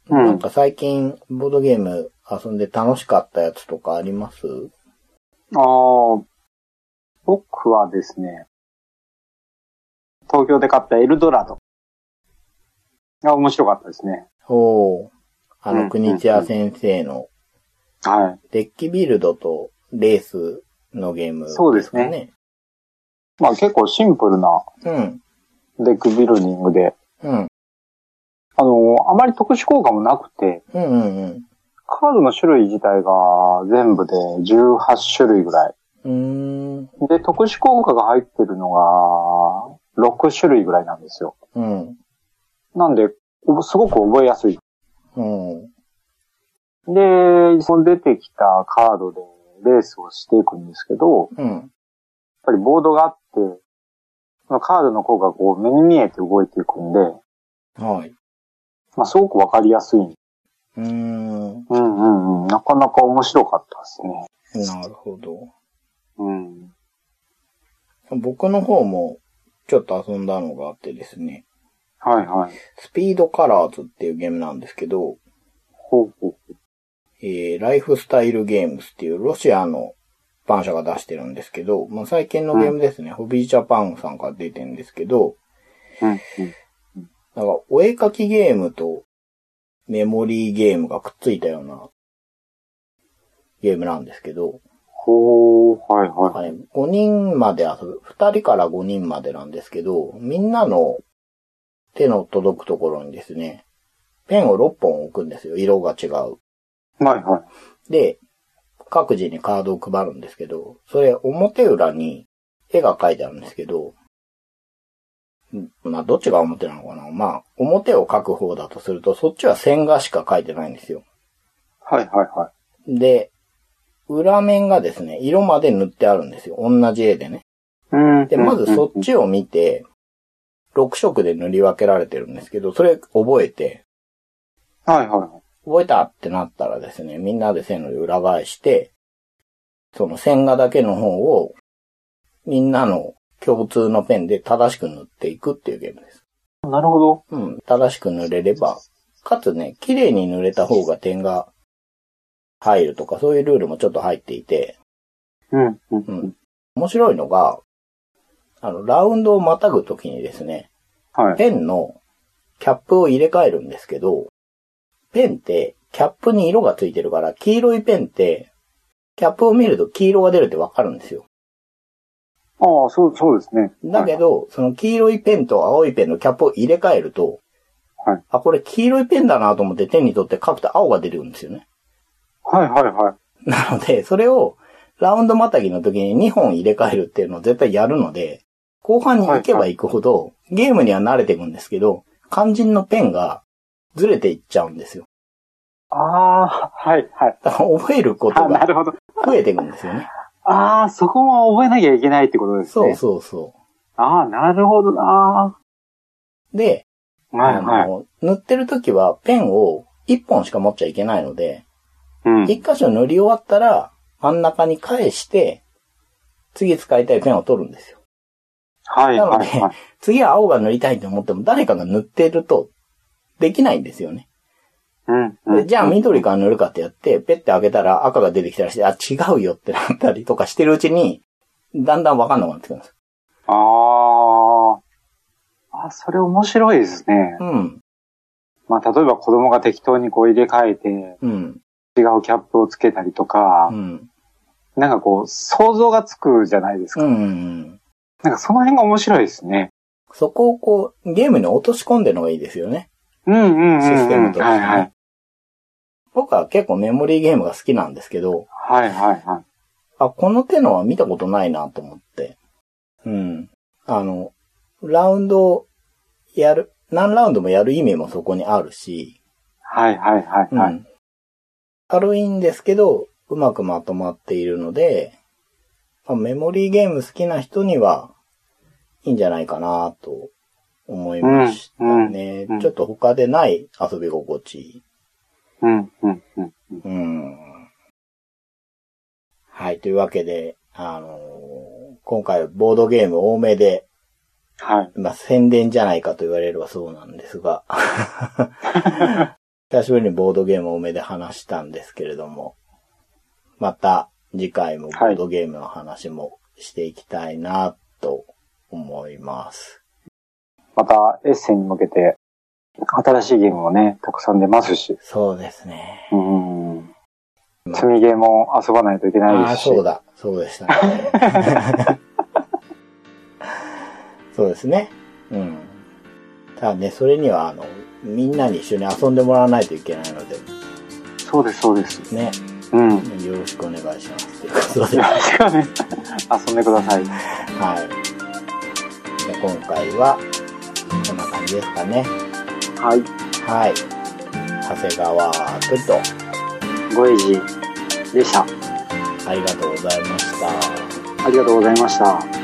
B: う
A: なん
B: ん。
A: か最近ボードゲーム遊んで楽しかったやつとかあります
B: あー僕はですね、東京で買ったエルドラドが面白かったですね。
A: おーあ
B: うん
A: の、国千谷先生の
B: はい。
A: デッキビルドとレースのゲーム、
B: そうですね。まあ結構シンプルな
A: うん。
B: デックビルディングで、
A: うん。
B: あの、あまり特殊効果もなくて、
A: うんうん
B: カードの種類自体が全部で18種類ぐらい。
A: うん。う
B: で、特殊効果が入ってるのが6種類ぐらいなんですよ。
A: ーん。うん。
B: なんで、すごく覚えやすい。
A: うん。
B: で、その出てきたカードでレースをしていくんですけど、やっ
A: うん。
B: ぱりボードがあって、そのカードの効果がこう目に見えて動いていくんで、
A: はい。
B: まあすごくわかりやすい。
A: うーん。
B: うんうんうん。なかなか面白かったですね。
A: なるほど。
B: うん。
A: 僕の方も、ちょっと遊んだのがあってですね。
B: はいはい。
A: スピードカラーズっていうゲームなんですけど、
B: ほうほう。
A: えー、ライフスタイルゲームスっていうロシアの版社が出してるんですけど、まあ、最近のゲームですね、ホビージャパンさんから出てるんですけど、
B: うんうん。
A: なんかお絵かきゲームとメモリーゲームがくっついたようなゲームなんですけど、
B: ほう、はい
A: なんか
B: はい。
A: ね、5人まで遊ぶ。2人から5人までなんですけど、みんなの手の届くところにですね、ペンを6本置くんですよ。色が違う。
B: はいはい。
A: で、各自にカードを配るんですけど、それ表裏に絵が描いてあるんですけど、んまあ、どっちが表なのかなまあ、表を描く方だとすると、そっちは線画しか描いてないんですよ。
B: はいはいはい。
A: で、裏面がですね、色まで塗ってあるんですよ。同じ絵でね。
B: うん。
A: で、まずそっ
B: ち。
A: ちを見て、6色で塗り分けられてるんですけど、それ覚えて、
B: はいは
A: 覚えたってなったらですね、みんなで線路で裏返して、その線画だけの方を、みんなの共通のペンで正しく塗っていくっていうゲームです。
B: い。なるほど。
A: うん、正しく塗れれば、かつね、綺麗に塗れた方が点が入るとか、そういうルールもちょっと入っていて、
B: うんうん
A: う
B: うんん。
A: 面白いのが、あの、ラウンドをまたぐときにですね、
B: はい。
A: ペンのキャップを入れ替えるんですけど、ペンってキャップに色がついてるから、黄色いペンって、キャップを見ると黄色が出るってわかるんですよ。
B: ああ、そう、そうですね。
A: だけど、その黄色いペンと青いペンのキャップを入れ替えると、
B: はい
A: あ、これ黄色いペンだなと思って手に取って書くと青が出るんですよね。 [laughs]
B: はいはいはい。
A: なので、それをラウンドまたぎの時に2本入れ替えるっていうのを絶対やるので、後半に行けば行くほど、ゲームには慣れていくんですけど、肝心のペンがずれていっちゃうんですよ。
B: ああー、はいはい。
A: だから覚えること
B: あな
A: が
B: るほど。
A: 増えていくんですよね。
B: ああ、そこも覚えなきゃいけないってことです
A: そ
B: ね。
A: うそうそ
B: ああ、なるほどな。
A: う。で、
B: はい
A: あ
B: はい。
A: の塗ってる時はペンを1本しか持っちゃいけないので、
B: うん。
A: 一箇所塗り終わったら、真ん中に返して、次使いたいペンを取るんですよ。
B: はい
A: なの
B: はい
A: で
B: はい。、
A: 次は青が塗りたいと思っても、誰かが塗ってると、できないんですよね。
B: うんう
A: で
B: ん。
A: じゃあ緑から塗るかってやって、ペッて開けたら赤が出てきたりして、あ、違うよってなったりとかしてるうちに、だんだんわかんなくなってくるんですよ。
B: ああ。あ、それ面白いですね。
A: うん。
B: まあ、例えば子供が適当にこう入れ替えて、
A: うん。
B: 違うキャップをつけたりとか
A: う、ん。
B: なんかこう、想像がつくじゃないです
A: う
B: か。
A: んうんうん。
B: なんかその辺が面白いですね。
A: そこをこう、ゲームに落とし込んでるのがいいですよね。
B: うんうんうん、うん。
A: システムとしてね
B: はいはい。
A: 僕は結構メモリーゲームが好きなんですけど、
B: はいはいはい。
A: あ、この手のは見たことないなと思って。うん。あの、ラウンドをやる、何ラウンドもやる意味もそこにあるし、
B: はいはいはいうはい。
A: ん。軽いんですけど、うまくまとまっているので、まあメモリーゲーム好きな人には、いいんじゃないかなと思いましたね、
B: うんうん
A: ちょっと他でない遊び心地。
B: うんうんうん。
A: うん。はい、というわけで、あのー今回はボードゲーム多めで、
B: はい。
A: まあ、宣伝じゃないかと言われればそうなんですが、 [laughs] 久しぶりにボードゲーム多めで話したんですけれども、また次回もボードゲームの話もしていきたいなと思います。
B: また、エッセンに向けて、新しいゲームもね、たくさん出ますし。
A: そうですね。
B: うん。積みゲーも遊ばないといけない
A: あ
B: で
A: あ、
B: すし。
A: そうだ。そうでしたね。 [laughs] そうですね。うん。ただね、それには、あの、みんなに一緒に遊んでもらわないといけないので、
B: そうです、そうです。
A: ね、
B: うん。よ
A: よろしくお願いします。ということで、
B: [laughs] ろ
A: はい。
B: しくね、遊んでください。
A: じゃあ今回は、こんな感じですかね。
B: はい。
A: はい。長谷川トリト、
B: ごえじでした。
A: ありがとうございました。
B: ありがとうございました。